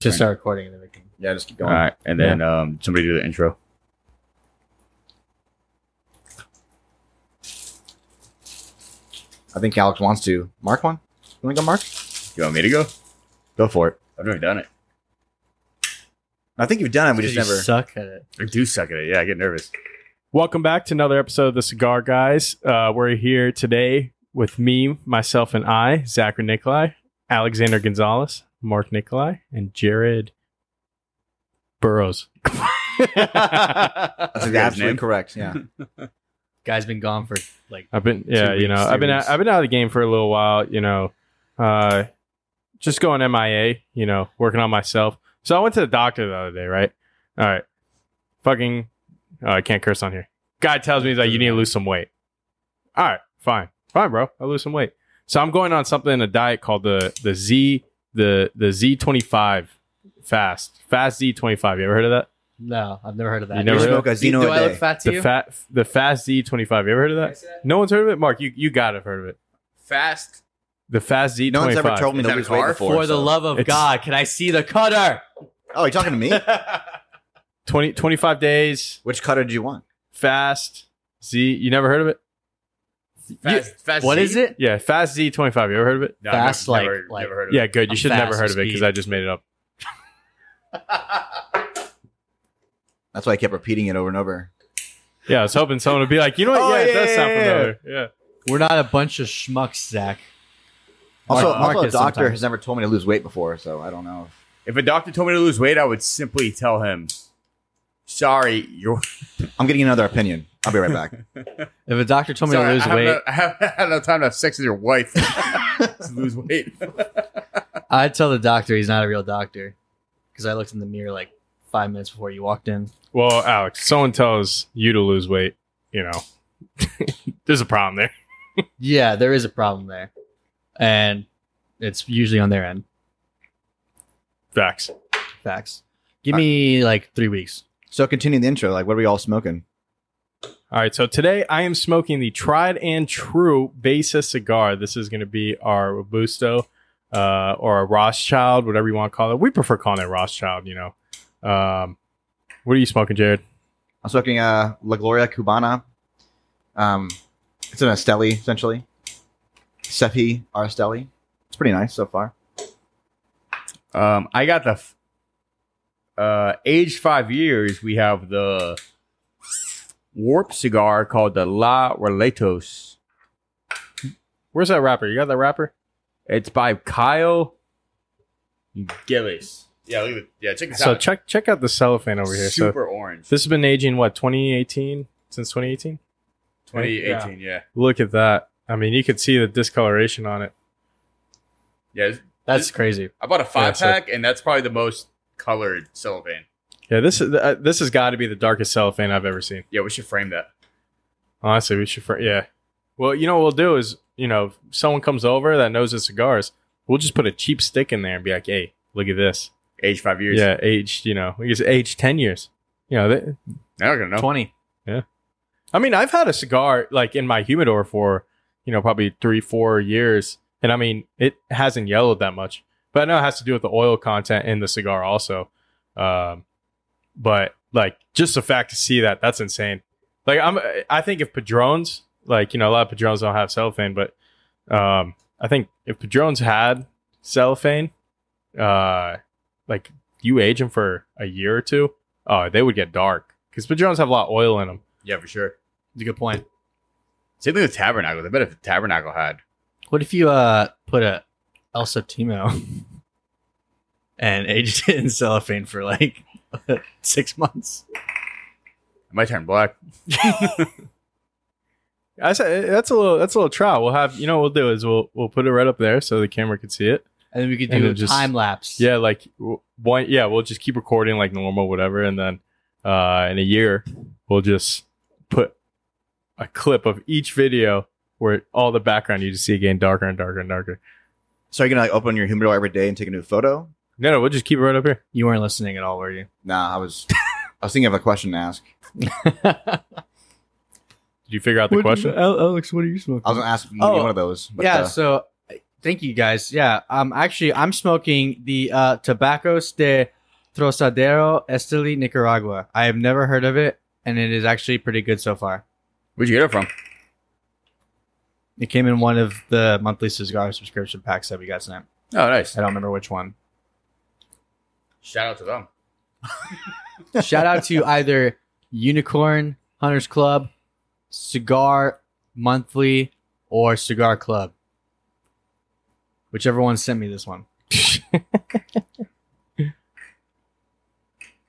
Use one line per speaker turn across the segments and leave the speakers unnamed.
Just start recording and then we can.
Yeah, just keep
All
going.
right, and then um, somebody do the intro.
I think Alex wants to. Mark one? You want to go, Mark?
You want me to go?
Go for it.
I've never done it.
I think you've done it. We
Because
just
you
never.
suck at it.
I do suck at it. Yeah, I get nervous.
Welcome back to another episode of the Cigar Guys. Uh, we're here today with me, myself, and I, Zachary Nikolai, Alexander Gonzalez, Mark Nikolai, and Jared Burrows.
That's
That's
absolutely correct. Yeah.
Guy's been gone for like.
I've been, yeah,
Two
you know,
weeks,
I've been,
three
out,
weeks.
I've been out of the game for a little while. You know, uh, just going MIA. You know, working on myself. So I went to the doctor the other day, right? All right, fucking, oh, I can't curse on here. Guy tells me he's like, you need to lose some weight. All right, fine, fine, bro. I lose some weight. So I'm going on something in a diet called the the Z the the Z25 fast fast Z25. You ever heard of that?
No, I've never heard of that.
You never
Do-
heard
smoke a
do,
Zeno a
I
day.
look fat to
The
you?
fat the fast Z25. You ever heard of that? No one's heard of it. Mark, you you gotta have heard of it.
Fast.
The fast Z25.
No one's ever told me
Is
to
that a
lose weight
car?
before.
For the
so-
love of
It's-
God, can I see the cutter?
Oh, you're talking to me?
20, 25 days
Which cutter do you want?
fast Z. You never heard of it?
Fast. fast
What is it?
Yeah, fast Z25. You ever heard of it?
No,
Fast,
never-
like-
never,
like-
never heard of
Yeah,
it.
good. You
A
should have never
fast
heard of it because
speed.
I just made it up.
That's why I kept repeating it over and over.
Yeah, I was hoping someone would be like, you know what?
Oh,
yeah, it does
yeah,
sound
yeah, yeah.
familiar. Yeah.
We're not a bunch of schmucks, Zach.
Also,
Mark- Mark
also a
is
doctor
sometimes.
has never told me to lose weight before, so I don't know. If,
If a doctor told me to lose weight, I would simply tell him, "Sorry, you're."
I'm getting another opinion. I'll be right back.
If a doctor told me
sorry,
to lose
I have
weight,
No, I have I have no time to have sex with your wife. to lose weight.
I'd tell the doctor he's not a real doctor because I looked in the mirror like five minutes before you walked in.
Well, Alex, someone tells you to lose weight, you know. There's a problem there.
Yeah, there is a problem there, and it's usually on their end.
Facts.
Facts. Give me like three weeks.
so, continuing the intro, like, what are we all smoking?
All right, so today I am smoking the tried and true Besa cigar. This is going to be our Robusto uh, or a Rothschild, whatever you want to call it. We prefer calling it Rothschild, you know. Um, what are you smoking, Jared?
I'm smoking uh, La Gloria Cubana. Um, it's an Esteli, essentially. Sepi Arstelli. It's pretty nice so far.
Um, I got the f- uh, aged five years. We have the warp cigar called the La Relatos.
Where's that wrapper? You got that wrapper?
It's by Kyle Gillis. Yeah, look at it. yeah. Check this
So
out.
check check out the cellophane over here.
Super
So
orange.
this has been aging what 2018 since 2018.
2018. Yeah,
Look at that. I mean, you could see the discoloration on it.
yeah. it's-
That's crazy.
I bought a
Yeah,
five
so-
pack, and that's probably the most colored cellophane.
Yeah, this is uh, this has got to be the darkest cellophane I've ever seen.
Yeah, we should frame that.
Honestly, we should. Fr- yeah. Well, you know what we'll do is, you know, if someone comes over that knows the cigars, we'll just put a cheap stick in there and be like, "Hey, look at this."
Age five years.
Yeah, aged. You know, it's aged ten years. You know, they,
Now we're gonna know.
Twenty.
I mean, I've had a cigar like in my humidor for you know probably three, four years, and I mean it hasn't yellowed that much. But I know it has to do with the oil content in the cigar also. Um, but like just the fact to see that that's insane. Like I'm, I think if Padrones, like you know, a lot of Padrones don't have cellophane, but um, I think if Padrones had cellophane, uh, like you age them for a year or two, uh, they would get dark because Padrones have a lot of oil in them.
Yeah, for sure.
It's a good point.
Same thing with Tabernacle. I bet if Tabernacle had
What if you uh put a El Septimo and aged it in cellophane for like six months?
it might turn black.
I said that's a little that's a little trial. We'll have you know what we'll do is we'll we'll put it right up there so the camera can see it.
And then we could
And
do a
then just-
time lapse.
Yeah, like w- one yeah, we'll just keep recording like normal, whatever, and then uh in a year we'll just put a clip of each video where all the background you just see getting darker and darker and darker.
So, are you going to like open your humidor every day and take a new photo?
No, no, we'll just keep it right up here.
You weren't listening at all, were you?
Nah, I was I was thinking of a question to ask.
Did you figure out the question?
Alex, what are you smoking?
I was gonna ask you
Oh,
one of those. But
yeah,
uh,
so Thank you guys. Yeah. Um. Actually, I'm smoking the uh, Tabacos de Trosadero Esteli Nicaragua. I have never heard of it, and it is actually pretty good so far.
Where'd you get it from?
It came in one of the monthly cigar subscription packs that we got sent.
Oh, nice.
I don't remember which one.
Shout out to them.
Shout out to either Unicorn Hunters Club, Cigar Monthly, or Cigar Club. Whichever one sent me this one.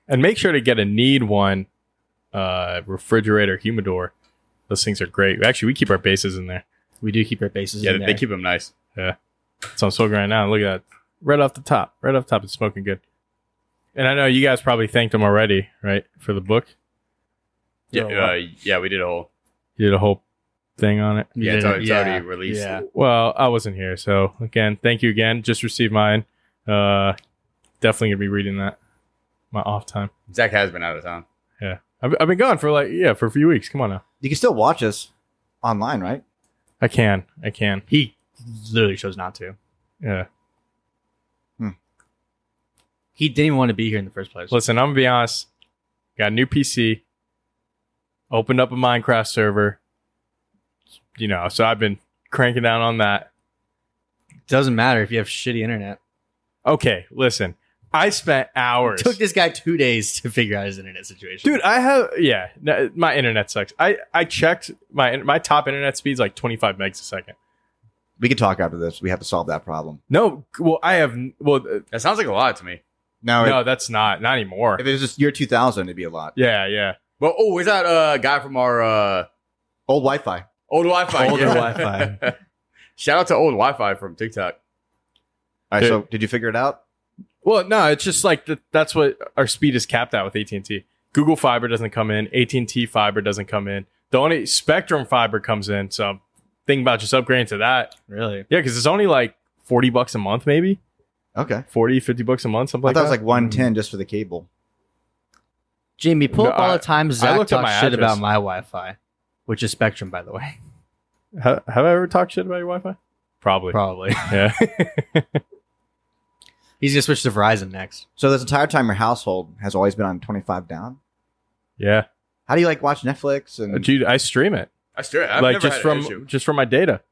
And make sure to get a need one uh, refrigerator humidor. Those things are great. Actually, we keep our bases in there.
We do keep our bases.
Yeah,
in
they
there.
keep them nice.
So I'm smoking right now. Look at that. Right off the top. Right off the top. It's smoking good. And I know you guys probably thanked him already, right? For the book.
Yeah,
Yeah,
uh, yeah, we did a whole.
You did a whole thing on it.
You
Yeah, it's
did it.
already, it's
Yeah.
already released.
Yeah.
Well, I wasn't here. So again, thank you again. Just received mine. Uh, definitely going to be reading that my off time.
Zach has been out of town.
I've, I've been gone for like, yeah, for a few weeks. Come on now.
You can still watch us online, right?
I can. I can.
He literally chose not to.
Yeah.
He didn't even want to be here in the first place.
Listen, I'm gonna be honest. Got a new PC. Opened up a Minecraft server. You know, so I've been cranking down on that.
doesn't matter if you have shitty internet.
Okay, listen. I spent hours.
took this guy two days to figure out his internet situation.
Dude, I have yeah. no, my internet sucks. I I checked my my top internet speed's like 25 megs a second.
We can talk after this. We have to solve that problem.
No, well I have well uh,
That sounds like a lot to me.
Now,
no, that's not not anymore.
if it was just year 2000, it'd be a lot.
Yeah, yeah.
Well, oh, is that uh, guy from our uh,
Old Wi-Fi.
old Wi-Fi?
Older
Yeah.
Wi-Fi.
Shout out to old Wi-Fi from TikTok.
All right.
Dude.
So, did you figure it out?
Well, no, it's just like the, that's what our speed is capped at with AT and T. Google Fiber doesn't come in. AT and T Fiber doesn't come in. The only Spectrum Fiber comes in. So I'm thinking about just upgrading to that.
Really?
Yeah, because it's only like forty bucks a month, maybe
Okay.
40, 50 bucks a month, something
I
like
thought
that.
it was like 110 just for the cable.
Jamie, pull
No,
up all
I-
the times Zach
looked up
talks
my
shit
address.
about my Wi-Fi, which is Spectrum, by the way.
Ha- have I ever talked shit about your Wi-Fi? Probably.
Probably.
Yeah.
He's gonna switch to Verizon next.
So, this entire time, your household has always been on 25 down.
yeah,
How do you like watch Netflix? And
dude, I stream it
I swear, I've
like
never
just
had
from
An issue.
just from my data.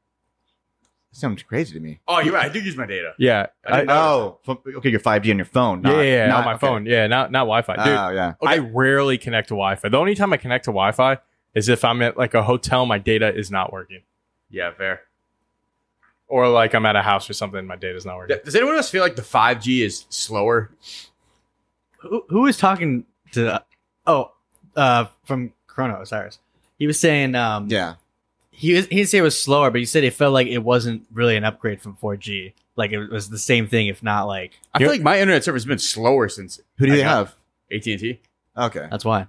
sounds crazy to me.
Oh, you're right. I do use my data.
Yeah,
I didn't
I-
Oh, f- okay. Your 5G on your phone. Not,
yeah, yeah, yeah,
not-
on my
okay.
phone. Yeah, not not Wi-Fi, dude.
Oh, yeah.
Okay.
I rarely connect to Wi Fi. The only time I connect to Wi Fi is if I'm at like a hotel, my data is not working,
Yeah, fair.
or like I'm at a house or something, my data's not working.
Th- Does anyone else feel like the 5G is slower?
Who, who was talking to? Oh, uh, from Chrono Osiris. He was saying, um,
Yeah.
he was, he didn't say it was slower, but he said it felt like it wasn't really an upgrade from 4G. Like it was the same thing, if not like
I
You-
feel like my internet service has been slower since
Who do
I
they
got-
have?
AT&T.
Okay.
that's why.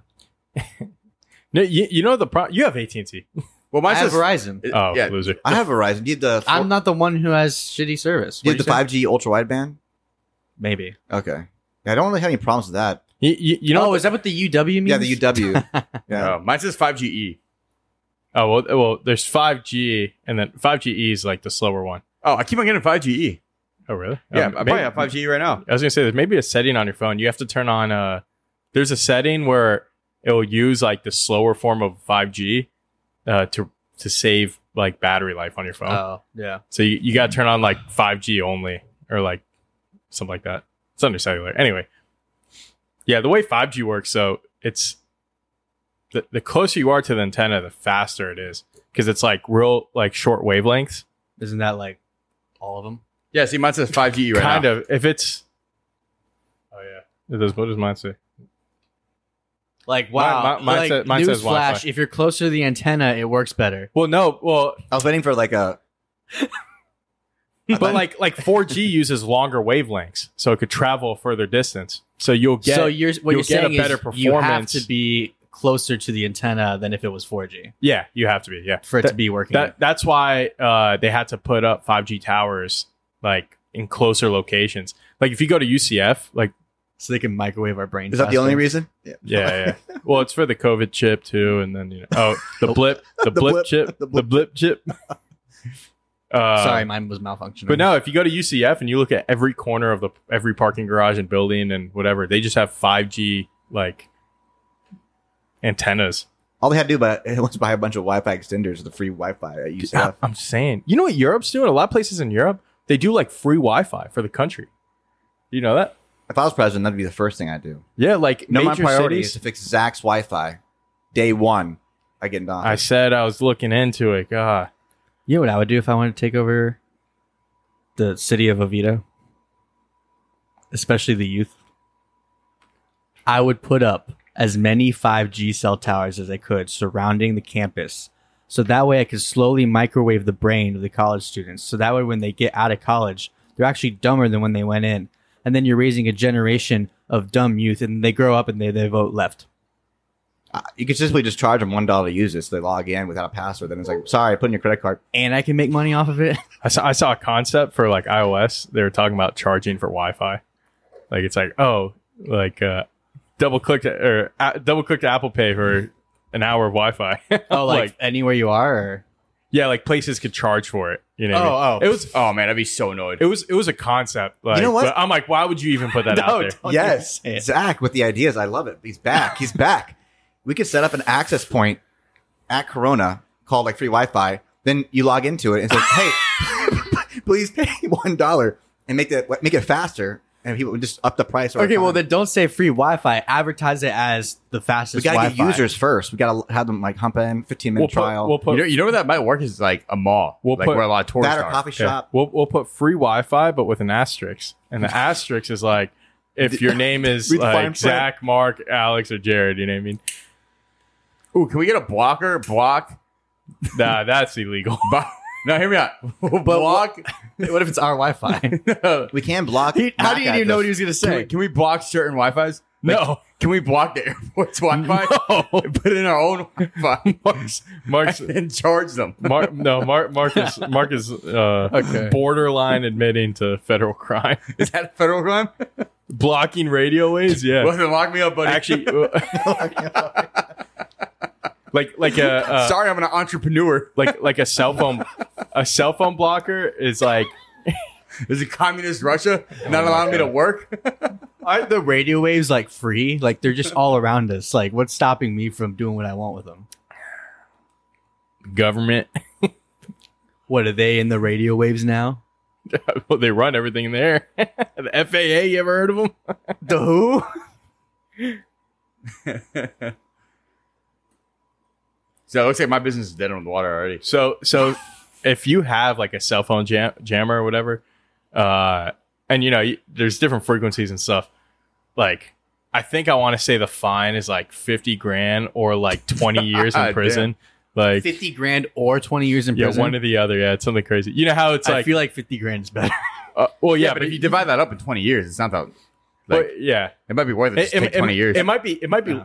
No, you, you know the pro- you have AT and T.
Well,
I
mine's
have
just
Verizon.
it-
Oh,
yeah.
loser.
I have Verizon. Do you have the, four,
I'm not the one who has shitty service.
do you
What'd
have the
you say?
5G ultra wideband?
Maybe.
Okay. Yeah, I don't really have any problems with that.
You, you, you
You know,
know.
oh, is that what the UW means?
Yeah, the UW. yeah.
Oh, mine's just 5GE.
oh well, well, there's five G, and then five GE is like the slower one.
Oh, I keep on getting 5GE.
Oh really?
Yeah,
Um,
I
maybe-
probably have 5G right now.
I was gonna say there's maybe a setting on your phone. You have to turn on. Uh, there's a setting where it'll use like the slower form of five G, uh, to to save like battery life on your phone.
Oh, yeah.
So you, you got to turn on like 5G only or like something like that. It's under cellular. Anyway, yeah, the way 5G works, so it's the, the closer you are to the antenna, the faster it is because it's like real, like short wavelengths.
Isn't that like all of them?
Yeah, see, mine says 5GE right
kind
now.
of. If it's, oh, yeah. It does, what does mine say?
Like
Mine-
wow,
mine- mine
like,
says- mine says
newsflash,
Wi-Fi.
If you're closer to the antenna, it works better.
Well, no. Well,
I was waiting for like a.
but like like 4G uses longer wavelengths, so it could travel a further distance. So you'll get
so you're what
you'll
you're
get a
saying
better
is you have
performance.
to be closer to the antenna than if it was 4G
yeah, you have to be yeah.
for it
That-
to be working.
That that's why uh, they had to put up 5G towers like in closer locations. Like if you go to UCF, like
so they can microwave our brains.
Is that the only
faster.
reason? Yeah.
yeah, yeah. well, it's for the COVID chip too, and then you know, oh, the blip, the, blip,
blip,
chip,
the
the
blip.
blip, chip. Uh,
Sorry, mine was malfunctioning.
But no, if you go to UCF and you look at every corner of the every parking garage and building and whatever, they just have 5G like antennas.
All they had to do but was buy a bunch of Wi-Fi extenders, the free Wi-Fi at UCF.
I'm saying, you know what Europe's doing? A lot of places in Europe, they do like free Wi-Fi for the country. You know that?
if I was president, that'd be the first thing I'd do.
Yeah, like
No, my
major
priority
cities.
is to fix Zach's Wi-Fi day one. I get into
I
office.
said I was looking into it. God,
you know what I would do if I wanted to take over the city of Oviedo, especially the youth. I would put up as many 5G cell towers as I could surrounding the campus. So that way I could slowly microwave the brain of the college students. So that way when they get out of college, they're actually dumber than when they went in. And then you're raising a generation of dumb youth and they grow up and they, they vote left.
Uh, you could simply just charge them one dollar to use it, so they log in without a password. Then it's like, sorry, I put in your credit card.
And I can make money off of it.
I saw I saw a concept for like iOS. They were talking about charging for Wi-Fi. Like it's like oh, like uh, double click to, or uh, double click to Apple Pay for an hour of Wi-Fi.
Oh, like, anywhere you are? Or?
yeah, like places could charge for it. You know? what I mean?
Oh, oh.
it was
Oh man, I'd be so annoyed.
it was it was a concept. Like,
You know what?
but I'm like, why would you even put that out
No,
there?
don't. Oh,
yes,
yeah.
Zach with the ideas. I love it. He's back. He's back. We could set up an access point at Corona called like free Wi-Fi. Then you log into it and say, "Hey, please pay one dollar and make that make it faster." And people would just up the price. over
Okay, well
time.
then don't say free Wi-Fi. Advertise it as the
we
fastest.
gotta
Wi-Fi.
get users first. We gotta have them like hump in fifteen minute
We'll
trial.
put, we'll put
You know, you know where that might work is like a mall,
We'll
like
put-
where a lot of tourists
that or
are.
coffee
Yeah.
shop.
We'll we'll put free Wi-Fi, but with an asterisk, and the asterisk is like if your name is
Read the fine print.
like Zach, Mark, Alex, or Jared. You know what I mean?
Ooh, can we get a blocker? Block.
Nah, that's illegal.
Bo- no, hear me out. block.
What if it's our Wi-Fi?
We can block.
How do you
MAC
even know what
address.
he was gonna
Can we,
say?
can we block certain Wi-Fi's? Like,
No.
Can we block the airport's Wi-Fi?
No.
And put in our own Wi-Fi
Mark's Mark's
and charge them.
Mark, no Mark Mark is Mark is uh,
Okay.
borderline admitting to federal crime,
Is that a federal crime?
blocking radio waves.
Well,
Yeah,
then lock me up, buddy.
actually,
uh,
like like a uh,
sorry, I'm an entrepreneur.
like like a cell phone a cell phone blocker is like
Is it communist Russia not allowing me to work?
Aren't the radio waves like free? Like they're just all around us. Like what's stopping me from doing what I want with them?
government.
What are they in the radio waves now?
well, they run everything in the air. the FAA, you ever heard of them?
The who?
So it looks like my business is dead on the water already.
So, so if you have like a cell phone jam- jammer or whatever, uh, and you know, y- there's different frequencies and stuff. Like, I think I want to say the fine is like 50 grand or like 20 years in
Damn.
prison. Like,
Fifty grand or twenty years in
yeah,
prison?
one or the other. Yeah, it's something crazy. You know how it's
I
like,
feel like fifty grand is better.
uh, well, yeah,
Yeah, but if you divide that up in 20 years, it's not that.
but-
Like,
yeah,
it might be worth it. Just take 20 years.
It might be. It might be.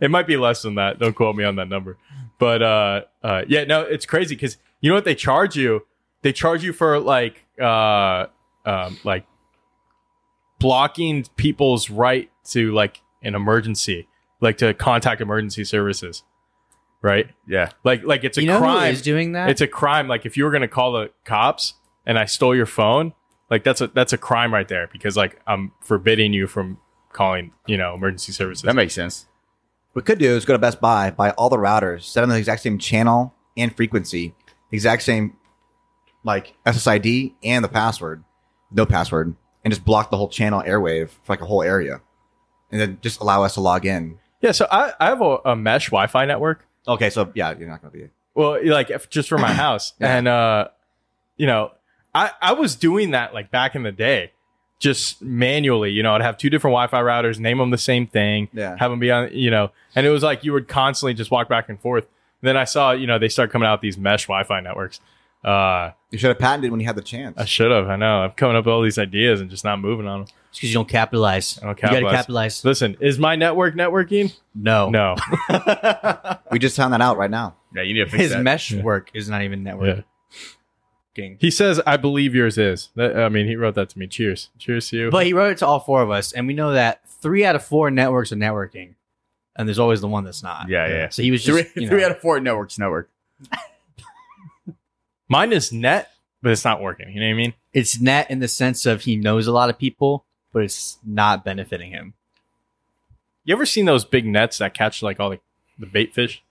it might be less than that. Don't quote me on that number. But uh, uh, yeah, no, it's crazy because you know what they charge you? They charge you for like, uh, um, like blocking people's right to like an emergency, like to contact emergency services, right?
yeah.
Like, like it's a
you know who
crime.
is doing that?
It's a crime. Like if you were gonna call the cops and I stole your phone, like that's a that's a crime right there because like I'm forbidding you from calling, you know, emergency services.
That makes sense.
What we could do is go to Best Buy, buy all the routers, set them the exact same channel and frequency, exact same like SSID and the password, no password, and just block the whole channel airwave for like a whole area, and then just allow us to log in.
yeah, so I, I have a, a mesh Wi-Fi network.
Okay, so yeah, you're not gonna be.
Well, like if, just for my house,
Yeah.
and uh, you know, I I was doing that like back in the day, just manually. You know, I'd have two different Wi-Fi routers, name them the same thing,
Yeah.
have them be on, you know, and it was like you would constantly just walk back and forth. then I saw, you know, they start coming out with these mesh Wi-Fi networks. Uh,
You should have patented when you had the chance.
I should have. I know. I'm coming up with all these ideas and just not moving on them.
because you don't capitalize.
I don't
You
capitalize.
gotta capitalize.
Listen, is my network networking?
No,
No.
we just found that out right now.
Yeah, you need to fix
His
that.
mesh work is not even networking.
He says, I believe yours is. That, I mean, he wrote that to me. Cheers. Cheers to you.
But he wrote it to all four of us, and we know that three out of four networks are networking, and there's always the one that's not.
yeah, yeah.
So he was
Three,
just you know,
three out of four networks network.
Mine is net, but it's not working. You know what I mean?
It's net in the sense of he knows a lot of people, but it's not benefiting him.
You ever seen those big nets that catch like all the, the bait fish?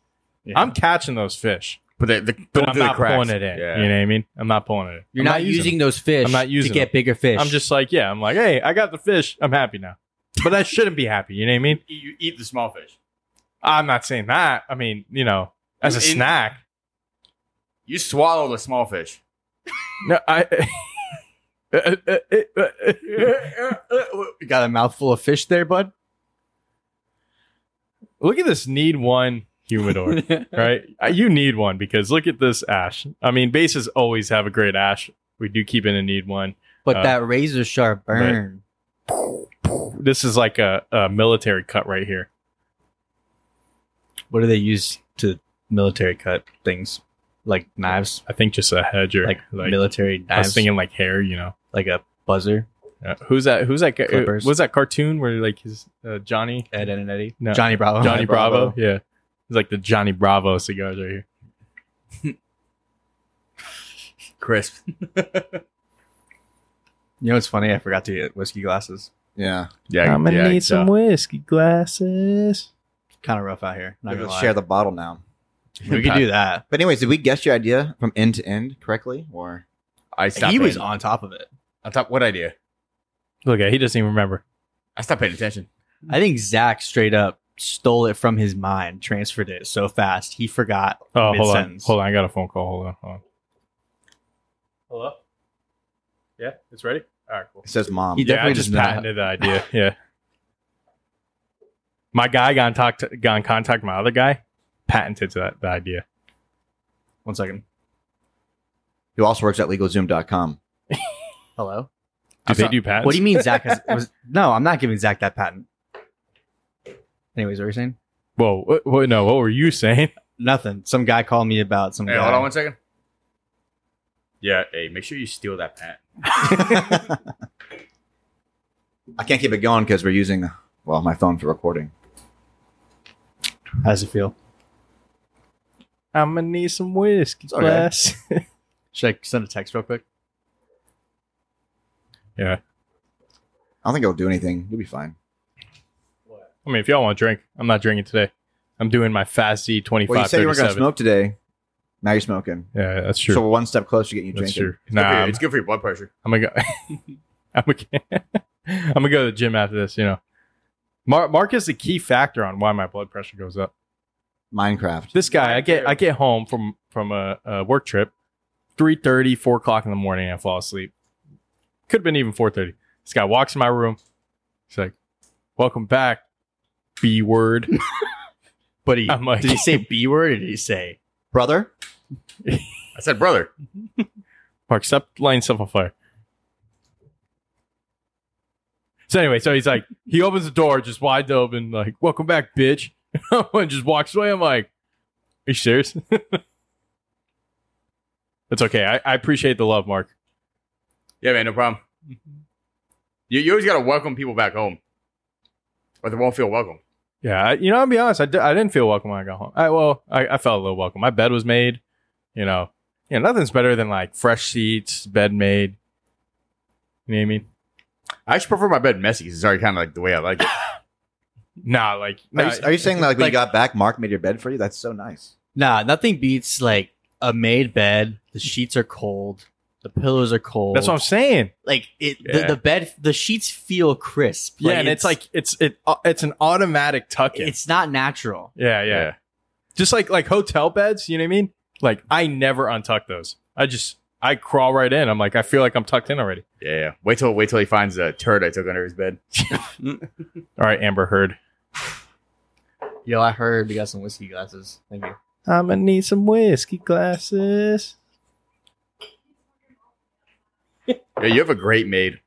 Yeah.
I'm catching those fish,
But they, they
but
going
I'm
through the
not
cracks.
pulling it in.
Yeah.
You know what I mean? I'm not pulling it in.
You're
I'm
not, using those fish
I'm not using
to get
them.
bigger fish.
I'm just like, yeah, I'm like, hey, I got the fish. I'm happy now. But I shouldn't be happy. You know what I mean?
You eat the small fish.
I'm not saying that. I mean, you know, as a
In-
snack.
You swallow the small fish.
No, I.
you got a mouthful of fish there, bud.
look at this need one humidor, right? Uh, You need one because look at this ash. I mean, bases always have a great ash. We do keep in a need one.
But
Uh,
that razor sharp burn.
This is like a, a military cut right here.
What do they use to military cut things? Like knives,
I think just a hedge or
like,
like,
military
I was
knives,
thinking like hair, you know.
like a buzzer.
Uh, who's that? Who's that? guy- uh,
Clippers.
was that cartoon where like his uh, Johnny
Ed Ed, and Eddie,
No.
Johnny Oh, Bravo,
Johnny Bravo.
Bravo.
Yeah. It's like the Johnny Bravo cigars right here.
Crisp.
You know what's funny? I forgot to get whiskey glasses.
Yeah.
Yeah, yeah, I can tell.
whiskey glasses.
Kind of rough out here. Not gonna
Let's
lie.
share the bottle now.
we could do that.
But anyways, did we guess your idea from end to end correctly? Or
I stopped.
he was
paying-
on top of it.
I thought, what idea?
Look at he doesn't even remember.
I stopped paying attention.
I think Zach straight up stole it from his mind, transferred it so fast he forgot.
Oh, hold on.
Mid-sentence.
Hold on. I got a phone call. Hold on. Hold on. Hello? Yeah, it's ready? All right, cool.
it says mom.
He
Yeah,
definitely
I just
does not.
patented the idea. Yeah. My guy got in, talk got in contact with my other guy, patented that the idea.
One second.
who also works at LegalZoom.com.
Hello.
Do
I
they
thought-
do patents?
What do you mean, Zach? Has, was, no, I'm not giving Zach that patent. Anyways, what were you saying?
Whoa, what, what, no, what were you saying?
Nothing. Some guy called me about some.
Hey,
guy.
hold on one second. Yeah, hey, make sure you steal that patent.
I can't keep it going because we're using well my phone for recording.
How does it feel?
I'm going to need some whiskey
okay.
glass.
Should I send a text real quick?
I don't think it'll do anything. You'll be fine.
I mean, if y'all want to drink, I'm not drinking today. I'm doing my fast Z twenty
Well, you
five
said you were
thirty
going to
seven.
smoke today. Now you're smoking.
Yeah, that's true.
So we're one step closer to getting you
that's
drinking.
true.
Good
Nah,
for your-
I'm,
it's good for your blood pressure.
I'm gonna go. I'm gonna, I'm gonna go to the gym after this. You know, Mar- Mark is the key factor on why my blood pressure goes up.
Minecraft.
This guy, I get, I get home from from a, a work trip, 3.30, 4 o'clock in the morning, and I fall asleep. Could have been even four thirty. This guy walks in my room. He's like, "Welcome back, B word."
But he
I'm like-
did he say B word or did he say
Brother?
I said, brother.
Mark, stop lighting stuff on fire. So anyway, so he's like, he opens the door just wide open, like, "Welcome back, bitch," and just walks away. I'm like, "Are you serious?" That's okay. I, I appreciate the love, Mark.
Yeah, man, no problem. You, you always got to welcome people back home, or they won't feel welcome.
Yeah, I, you know, I'll be honest. I d- I didn't feel welcome when I got home. I well, I, I felt a little welcome. My bed was made. You know, you know, nothing's better than like fresh sheets, bed made. You know what I mean?
I actually prefer my bed messy 'cause it's already kind of like the way I like it.
Nah, like
Are,
nah,
you, are you saying that like when
Like-
you got back, Mark made your bed for you? That's so nice.
Nah, nothing beats like a made bed. The sheets are cold. The pillows are cold.
that's what I'm saying.
like it.
Yeah.
The, the bed, the sheets feel crisp.
yeah, and it's, like it's it uh, it's an automatic tuck in.
it's not natural.
Yeah, yeah,
Yeah.
Just like like hotel beds, you know what I mean? Like I never untuck those. I just I crawl right in. I'm like I feel like I'm tucked in already.
Yeah, yeah. Wait till wait till he finds a turd I took under his bed.
All right, Amber Heard.
Yo, I heard we got some whiskey glasses. Thank you.
I'm gonna need some whiskey glasses.
Yeah, you have a great maid.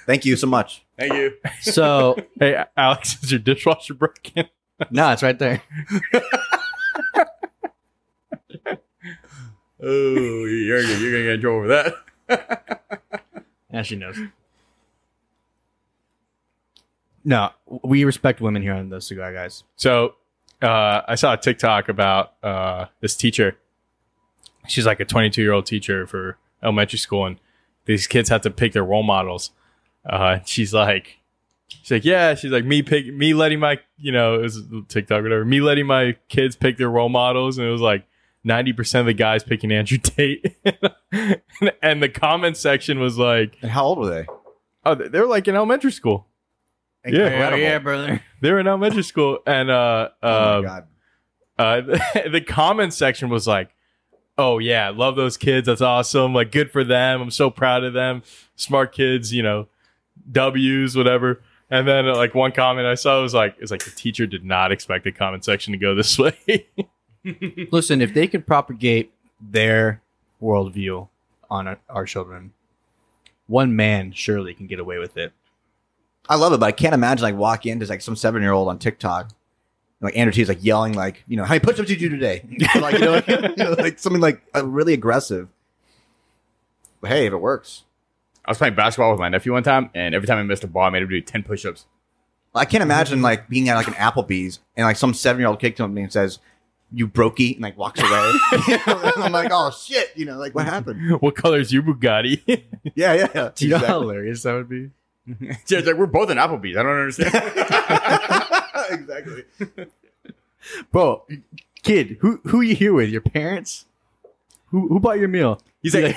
Thank you so much.
Thank you.
So
Hey, Alex, is your dishwasher broken?
no, it's right there.
Oh, you're gonna- you're gonna get in trouble for that.
Yeah, she knows. No, we respect women here on the cigar guys.
So uh, I saw a TikTok about uh, this teacher. She's like a 22 year old teacher for elementary school, and these kids have to pick their role models. Uh, and she's like, she's like, yeah, she's like me pick me letting my you know it was TikTok or whatever me letting my kids pick their role models, and it was like 90 percent of the guys picking Andrew Tate, and, and the comment section was like,
And how old were they?
oh, they're like in elementary school. Yeah.
Incredible.
brother.
They're in elementary school, and uh,
Oh
uh,
my god.
uh, the comment section was like, "Oh yeah, love those kids. That's awesome. Like, good for them. I'm so proud of them. Smart kids. You know, W's, whatever." And then uh, like one comment I saw was like, "It's like the teacher did not expect the comment section to go this way."
Listen, if they could propagate their worldview on our, our children, one man surely can get away with it.
I love it, but I can't imagine like walk in to like some seven year old on TikTok. and, Like Andrew T is like yelling like you know how many push-ups did you do today? Or, like you know, you know, like something like uh, really aggressive. But hey, if it works,
I was playing basketball with my nephew one time, and every time I missed a ball, I made him do ten push-ups.
I can't imagine like being at like an Applebee's and like some seven year old kicks up to me and says, "You brokey," and like walks away. and I'm like, "Oh shit," you know, like what happened?
what color is your Bugatti?
Yeah, yeah, yeah.
Do you know how
exactly.
hilarious that would be?
Jared's like, "We're both in Applebee's. I don't understand."
exactly.
Bro, kid, who who you here with? Your parents? Who who bought your meal?
He's like,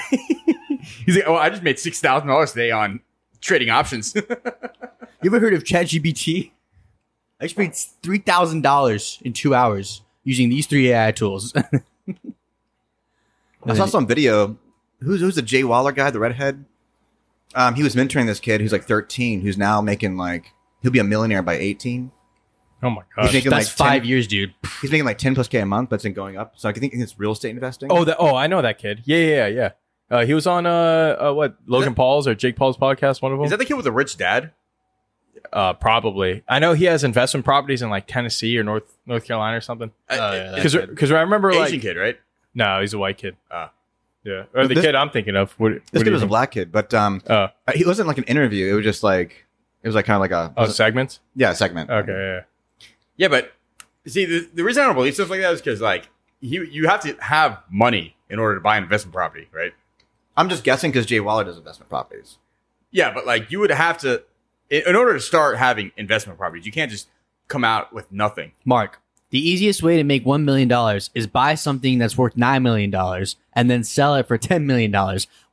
"He's like, oh, I just made six thousand dollars today on trading options."
You ever heard of ChatGPT? I just made three thousand dollars in two hours using these three AI tools.
I saw some video. Who's who's the Jay Waller guy, the redhead? Um, he was mentoring this kid who's like 13, who's now making like he'll be a millionaire by 18.
oh my
He's
gosh!
making
That's
like
five
10,
years, dude.
He's making like 10 plus k a month, but it's been going up. So I think it's real estate investing.
Oh, that oh, I know that kid. Yeah, yeah, yeah. Uh, he was on uh, uh what Logan Paul's or Jake Paul's podcast. One of them.
Is that the kid with the rich dad?
uh, probably. I know he has investment properties in like Tennessee or North North Carolina or something.
Uh, uh,
Because I remember
Asian
like
kid, right?
no, he's a white kid.
Ah.
yeah, or the
This-
kid I'm thinking of. What,
this
what do
kid
you
was a
think?
black kid, but um,
Oh.
he wasn't like an interview. It was just like it was like kind of like a
oh segments.
yeah segment.
Okay, yeah,
Yeah, but see, the, the reason I don't believe stuff like that is because like you you have to have money in order to buy investment property, right?
I'm just guessing because Jay Waller does investment properties.
Yeah, but like you would have to, in in order to start having investment properties, you can't just come out with nothing.
Mark, the easiest way to make $1 million is buy something that's worth $9 million and then sell it for $10 million.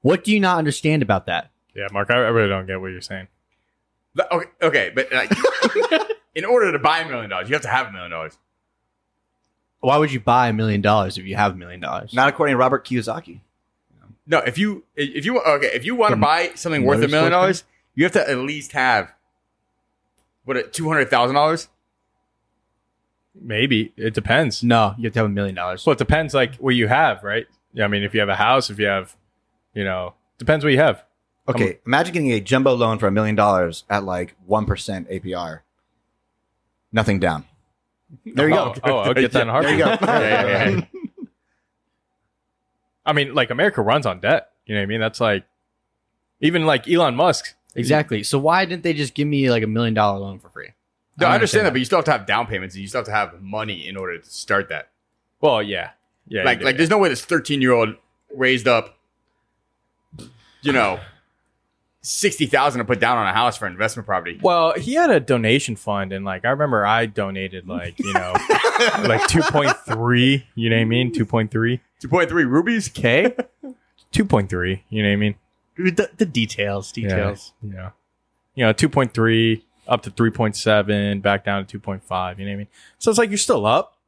What do you not understand about that?
yeah. yeah Mark, I, I really don't get what you're saying.
Th- Okay, okay, but like, in order to buy a million dollars, you have to have a million dollars.
Why would you buy a million dollars if you have a million dollars?
Not according to Robert Kiyosaki.
No, if you if you okay, if you want to
The
buy something worth a
motorsports
million dollars, you have to at least have what two hundred thousand dollars.
Maybe it depends.
No, you have to have a million dollars.
Well, it depends like what you have, right? Yeah, I mean, if you have a house, if you have, you know, depends what you have.
Okay, imagine getting a jumbo loan for a million dollars at like one percent APR. Nothing down. There you
oh,
go.
Oh, I'll get that in a
There
heartbeat.
you go.
Yeah, yeah, yeah.
I mean, like America runs on debt. You know what I mean? That's like even like Elon Musk.
Exactly. So why didn't they just give me like a million dollar loan for free?
No, I understand that,
that.
but you still have to have down payments and you still have to have money in order to start that.
Well, yeah, yeah.
like,
yeah,
like,
yeah.
there's no way this 13 year old raised up, you know, sixty thousand to put down on a house for investment property.
Well, he had a donation fund, and like I remember, I donated like you know, like two point three. You know what I mean? Two point three.
Two point three rubies.
K. Two point three. You know what I mean?
The, the details, details.
Yeah. yeah. You know, two point three up to three point seven, back down to two point five. You know what I mean? So it's like you're still up.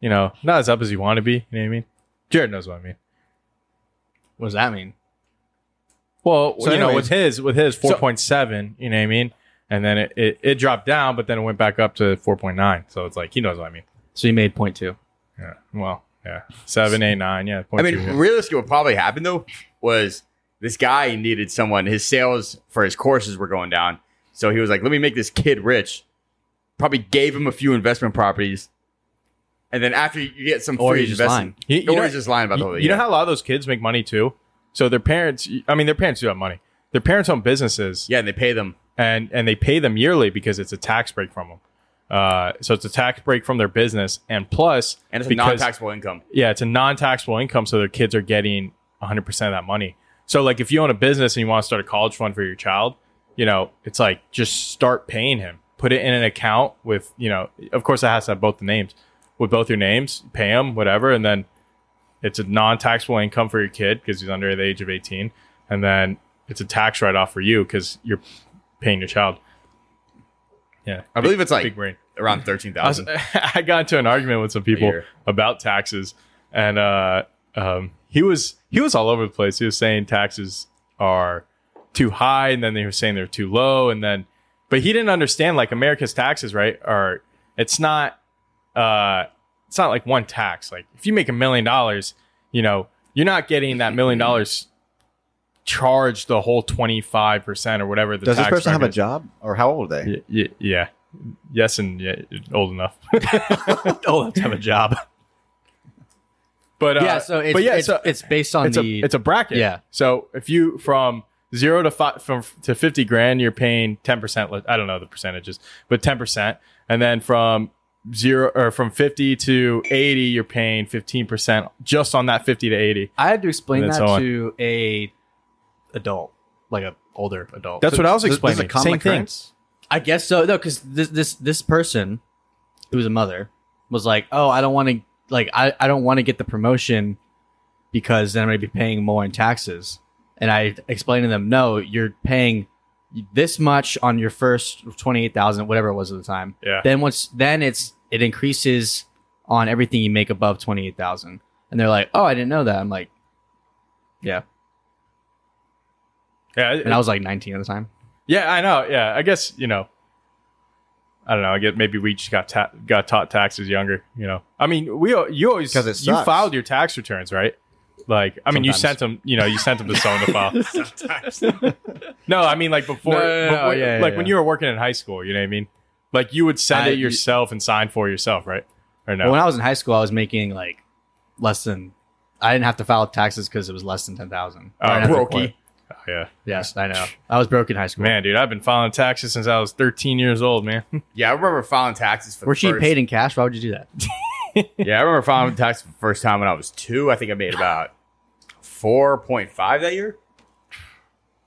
You know, not as up as you want to be. You know what I mean? Jared knows what I mean.
What does that mean?
Well,
So
you know, with
anyways-
his with his four point seven, you know what I mean, and then it, it, it dropped down, but then it went back up to four point nine. So it's like he knows what I mean.
So you made point two.
Yeah. Well, yeah. Seven, eight, nine. Yeah.
I
Point
mean,
two.
realistically, what probably happened though was this guy needed someone. His sales for his courses were going down, so he was like, "Let me make this kid rich." Probably gave him a few investment properties, and then after you get some
Or
free
he's just
investment,
You- you
or
know-
he's just lying about the
you,
whole
you know how a lot of those kids make money too. So their parents, I mean, their parents do have money. Their parents own businesses,
yeah, and they pay them.
and and they pay them yearly because it's a tax break from them. Uh, so it's a tax break from their business, and plus,
And it's a
because-
non-taxable income.
yeah, it's a non-taxable income, so their kids are getting 100 percent of that money. So, like, if you own a business and you want to start a college fund for your child, you know, it's like just start paying him, put it in an account with, you know, of course, it has to have both the names, with both your names, pay him whatever, and then it's a non-taxable income for your kid because he's under the age of 18, and then it's a tax write-off for you because you're paying your child. Yeah,
I believe it's like-
big brain.
Around thirteen
I, was,
thousand.
I got into an argument with some people
year.
about taxes, and uh, um, he was he was all over the place. He was saying taxes are too high, and then they were saying they're too low, and then but he didn't understand like America's taxes, right? Are it's not uh, it's not like one tax. Like if you make a million dollars, you know you're not getting that million dollars charged the whole twenty five percent or whatever. The
Does this
tax
person have a
bracket is.
job, or how old are they?
Y- y- yeah. Yes, and yeah, old enough.
Oh, let's have a job.
But uh,
yeah, so it's,
but yeah,
it's,
so
it's based on
it's
the
a it's a bracket.
Yeah.
So if you from zero to five from f- to fifty grand, you're paying ten percent. I don't know the percentages, but ten percent, and then from zero or from fifty to eighty, you're paying fifteen percent just on that fifty to eighty.
I had to explain
And
that
so on.
to a adult, like a older adult.
That's what I was
this- this is
explaining.
a common
Same thing.
occurrence?
I guess so. No, because this this this person, who was a mother, was like, "Oh, I don't want to like I, I don't want to get the promotion because then I'm going to be paying more in taxes." And I explained to them, "No, you're paying this much on your first twenty eight thousand, whatever it was at the time.
Yeah.
Then once then it's it increases on everything you make above twenty eight thousand. And they're like, "Oh, I didn't know that." I'm like, "Yeah,"
Yeah, it-
and I was like nineteen at the time.
yeah, I know. Yeah, I guess you know. I don't know. I guess maybe we just got ta- got taught taxes younger. You know, I mean, we al- you always
'Cause it
you
sucks.
filed your tax returns, right? Like, I mean, you
Sometimes.
sent them. You know, you sent them to someone to file.
Sometimes.
No, I mean like before,
No, no, no,
before-
yeah, yeah,
like when
yeah.
you were working in high school. You know what I mean? Like you would send
I-
it yourself and sign for yourself, right? Or no?
When I was in high school, I was making like less than. I didn't have to file taxes because it was less than ten thousand.
Oh,
Uh, Brokey.
Oh, yeah,
Yes, I know. I was broke in high school.
man, dude, I've been filing taxes since I was 13 years old, man.
Yeah, I remember filing taxes for
Were
the
she
first-
paid in cash? Why would you do that?
Yeah, I remember filing taxes for the first time when I was two. I think I made about four point five that year.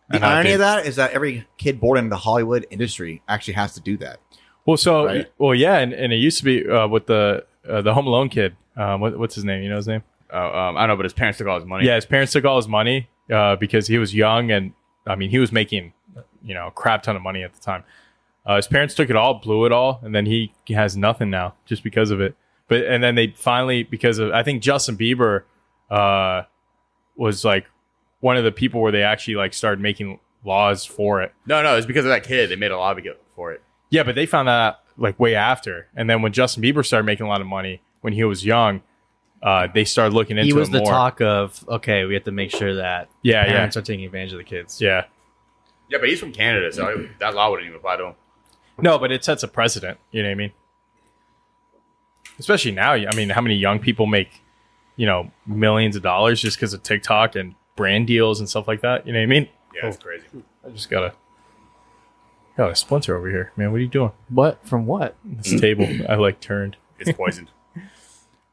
The
know,
irony
dude.
of that is that every kid born into the Hollywood industry actually has to do that.
Well, so
Right.
well, yeah, and, and it used to be uh, with the uh, the Home Alone kid. Um, what, what's his name? You know his name?
Oh, um, I don't know, but his parents took all his money.
Yeah, his parents took all his money uh, because he was young, and I mean, he was making you know a crap ton of money at the time. Uh, his parents took it all, blew it all, and then he has nothing now just because of it. But and then they finally because of I think Justin Bieber uh, was like one of the people where they actually like started making laws for it.
No, no, it's because of that kid. They made a lobby go- for it.
Yeah, but they found that out, like way after. And then when Justin Bieber started making a lot of money when he was young, uh, they started looking into
he was
it
the
more.
talk of. Okay, we have to make sure that
Yeah, yeah,
parents are taking advantage of the kids.
yeah.
Yeah, but he's from Canada, so it- that law wouldn't even apply to him.
No, but it sets a precedent. You know what I mean? Especially now. I mean, how many young people make, you know, millions of dollars just because of TikTok and brand deals and stuff like that? You know what I mean?
Yeah, it's crazy.
I just gotta, got a splinter over here, man. What are you doing?
What from what?
This table, I like turned.
It's poisoned.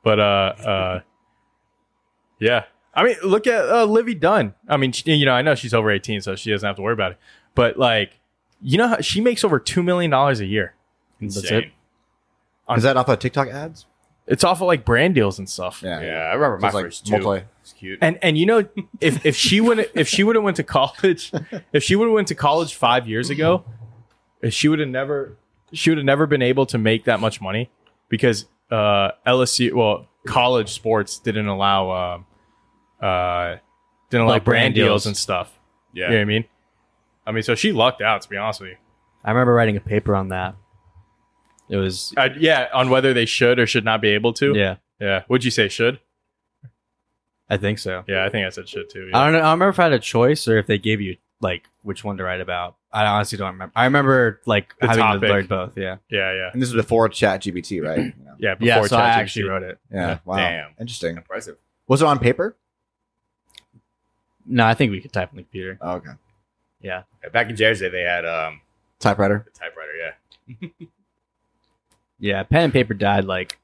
But uh, uh, yeah. I mean, look at uh, Livy Dunn. I mean, she, you know, I know she's over eighteen, so she doesn't have to worry about it. But like, you know, how she makes over two million dollars a year.
That's
Insane.
it.
Is that off of TikTok ads?
It's off of like brand deals and stuff.
Yeah, I remember
So
my
it's like
first two.
multi-
It's cute.
And and you know, if if she would if she would have went to college, if she would have went to college five years ago, if she would have never she would have never been able to make that much money because uh, LSU well college sports didn't allow um, uh, didn't allow
Like
brand
brand
deals
deals.
and stuff.
yeah.
You know what I mean? I mean, so she lucked out to be honest with you.
I remember writing a paper on that. It was
Uh, yeah, on whether they should or should not be able to.
yeah,
yeah. Would you say should?
I think so.
Yeah, I think I said should too. yeah.
I don't know. I don't remember if I had a choice or if they gave you like which one to write about. I honestly don't remember. I remember like
The
having
topic.
to learn both. Yeah,
yeah, yeah,
And this is before Chat GBT, right? You know.
yeah. Before
yeah. So I
ChatGPT.
actually wrote it.
Yeah. Wow.
Damn.
Interesting.
Impressive.
Was it on paper?
No, I think we could type on the computer.
Oh, okay.
Yeah, Back in Jersey, they had um,
Typewriter.
the typewriter. Yeah.
Yeah, pen and paper died like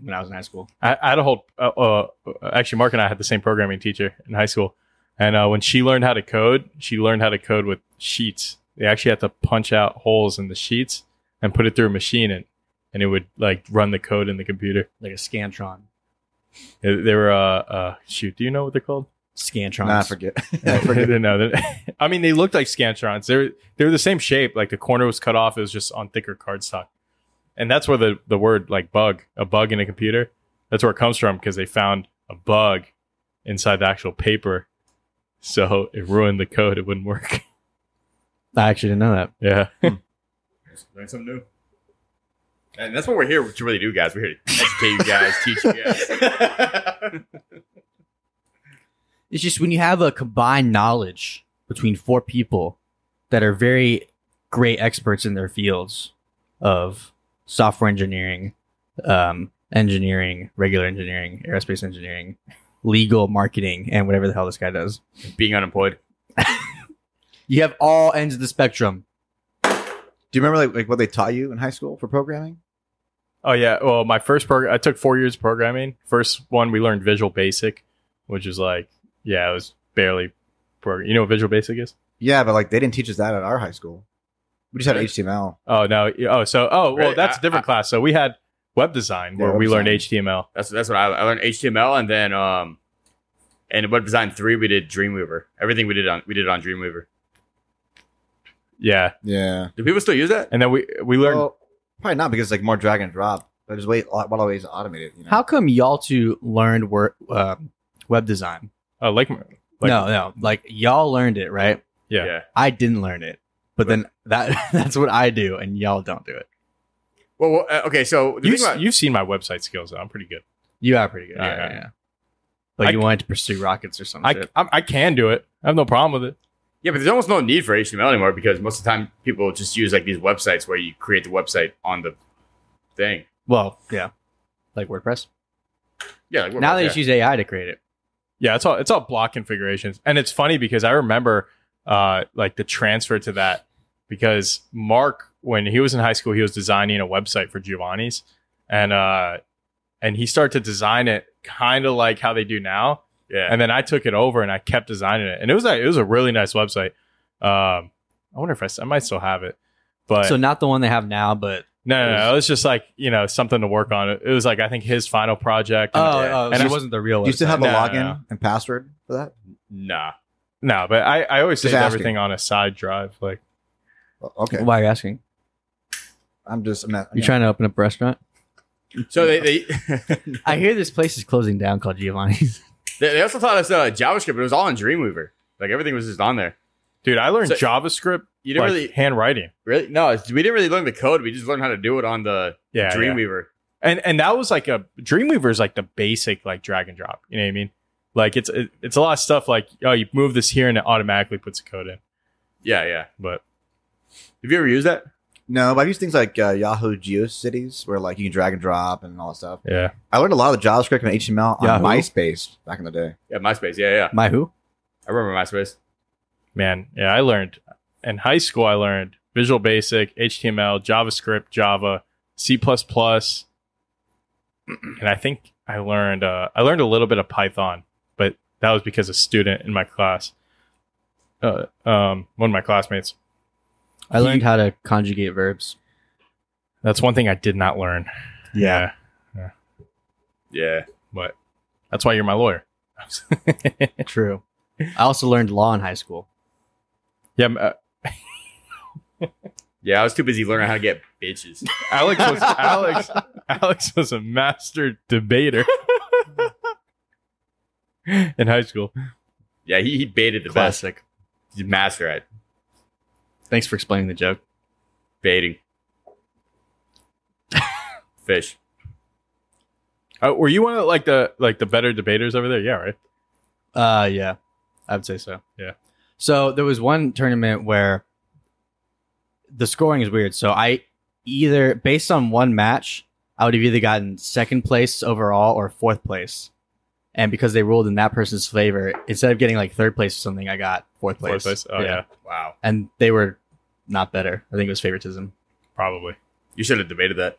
when I was in high school.
I, I had a whole. Uh, uh, actually, Mark and I had the same programming teacher in high school, and uh, when she learned how to code, she learned how to code with sheets. They actually had to punch out holes in the sheets and put it through a machine, and and it would like run the code in the computer.
Like a Scantron.
They they were uh, uh shoot. Do you know what they're called?
Scantrons.
Nah, I forget. I forget.
no, they're- I mean they looked like scantrons. They're they're the same shape. Like the corner was cut off. It was just on thicker cardstock, and that's where the the word like bug, a bug in a computer, that's where it comes from because they found a bug inside the actual paper, so it ruined the code. It wouldn't work.
I actually didn't know that.
Yeah,
Learn something new. And that's what we're here to really do, guys. We're here to educate you guys, teach you guys.
It's just when you have a combined knowledge between four people that are very great experts in their fields of software engineering, um, engineering, regular engineering, aerospace engineering, legal, marketing, and whatever the hell this guy does.
Being unemployed.
You have all ends of the spectrum.
Do you remember like, like what they taught you in high school for programming?
Oh yeah. Well, my first program, I took four years of programming. First one, we learned Visual Basic, which is like, yeah, it was barely. Program- you know what Visual Basic is?
Yeah, but like they didn't teach us that at our high school. We just had
Really?
HTML.
Oh no. Oh, so oh well,
Right,
that's
I-
a different class. So we had web design where
Yeah, web
we learned
design.
HTML.
That's that's what I, I learned HTML and then um and web design three we did Dreamweaver. Everything we did on we did on Dreamweaver.
Yeah,
Yeah.
Do people still use that?
and then we we learned.
Well, probably not because it's like more drag and drop. But there's way a lot, a lot of ways to automate it. You know?
How come y'all two learned work, uh, web design?
oh, like, like
no, no, like y'all learned it, right?
Yeah.
I didn't learn it, but then that that's what I do, and y'all don't do it.
Well, well uh, okay. So the
You
thing about-
you've seen my website skills. though. I'm pretty good.
You are pretty good.
Yeah.
Yeah, yeah. yeah. But
I
you
c-
wanted to pursue rockets or
I,
something.
I'm- I can do it. I have no problem with it.
yeah, but there's almost no need for HTML anymore because most of the time people just use like these websites where you create the website on the thing.
Well, yeah, like WordPress.
Yeah, like,
now they
yeah.
just use AI to create it.
Yeah, it's all it's all block configurations, and it's funny because I remember uh, like the transfer to that because Mark, when he was in high school, he was designing a website for Giovanni's, and uh, and he started to design it kind of like how they do now,
yeah.
and then I took it over and I kept designing it, and it was a, it was a really nice website. Um, I wonder if I, s- I might still have it, but
so not the one they have now, but
no, no,
it
no,
was-
it was just like you know something to work on. It was like I think his final project. and-
oh,
yeah.
oh,
And
so
I-
it wasn't the real.
Do you still have
website.
a
No,
login
no, no.
and password for that?
nah.
No, but I, I always
Just
save
asking.
everything on a side drive. Like,
Well, Okay.
Why are you asking?
I'm just. I'm not,
You trying to open up a restaurant?
So they they,
I hear this place is closing down called Giovanni's.
they they also taught us uh, JavaScript. But it was all in Dreamweaver. Like everything was just on there.
dude, I learned
So-
JavaScript,
You
like
didn't really
handwriting.
really no. it's- We didn't really learn the code. We just learned how to do it on the
Yeah, yeah.
Dreamweaver.
and and that was like a Dreamweaver is like the basic like drag and drop. You know what I mean? Like it's it, it's a lot of stuff. Like oh, you move this here and it automatically puts a code in.
Yeah, yeah.
But
Have you ever used that?
No, but I've used things like uh, Yahoo GeoCities, where like you can drag and drop and all that stuff.
yeah,
I learned a lot of the JavaScript and HTML on
Yahoo?
MySpace back in the day.
Yeah, MySpace. Yeah, yeah.
My who?
I remember MySpace.
man, yeah, I learned in high school. I learned Visual Basic, HTML, JavaScript, Java, C and I think I learned uh, I learned a little bit of Python, but that was because a student in my class, uh, um, one of my classmates.
I learned how to conjugate verbs.
That's one thing I did not learn. yeah.
Yeah.
but that's why you're my lawyer. yeah,
True. I also learned law in high school.
m- uh,
Yeah, I was too busy learning how to get bitches.
Alex was Alex. Alex was a master debater in high school.
Yeah, he, he baited the best.
Classic.
He's a master at
Thanks for explaining the joke.
baiting fish.
Uh, were you one of the, like the like the better debaters over there? Yeah, right.
Uh, yeah, I would say so.
Yeah.
So there was one tournament where the scoring is weird. So I either based on one match, I would have either gotten second place overall or fourth place. And because they ruled in that person's favor, instead of getting like third place or something, I got fourth place.
Fourth place. Oh yeah.
Wow.
And they were not better. I think it was favoritism.
probably.
You should have debated that.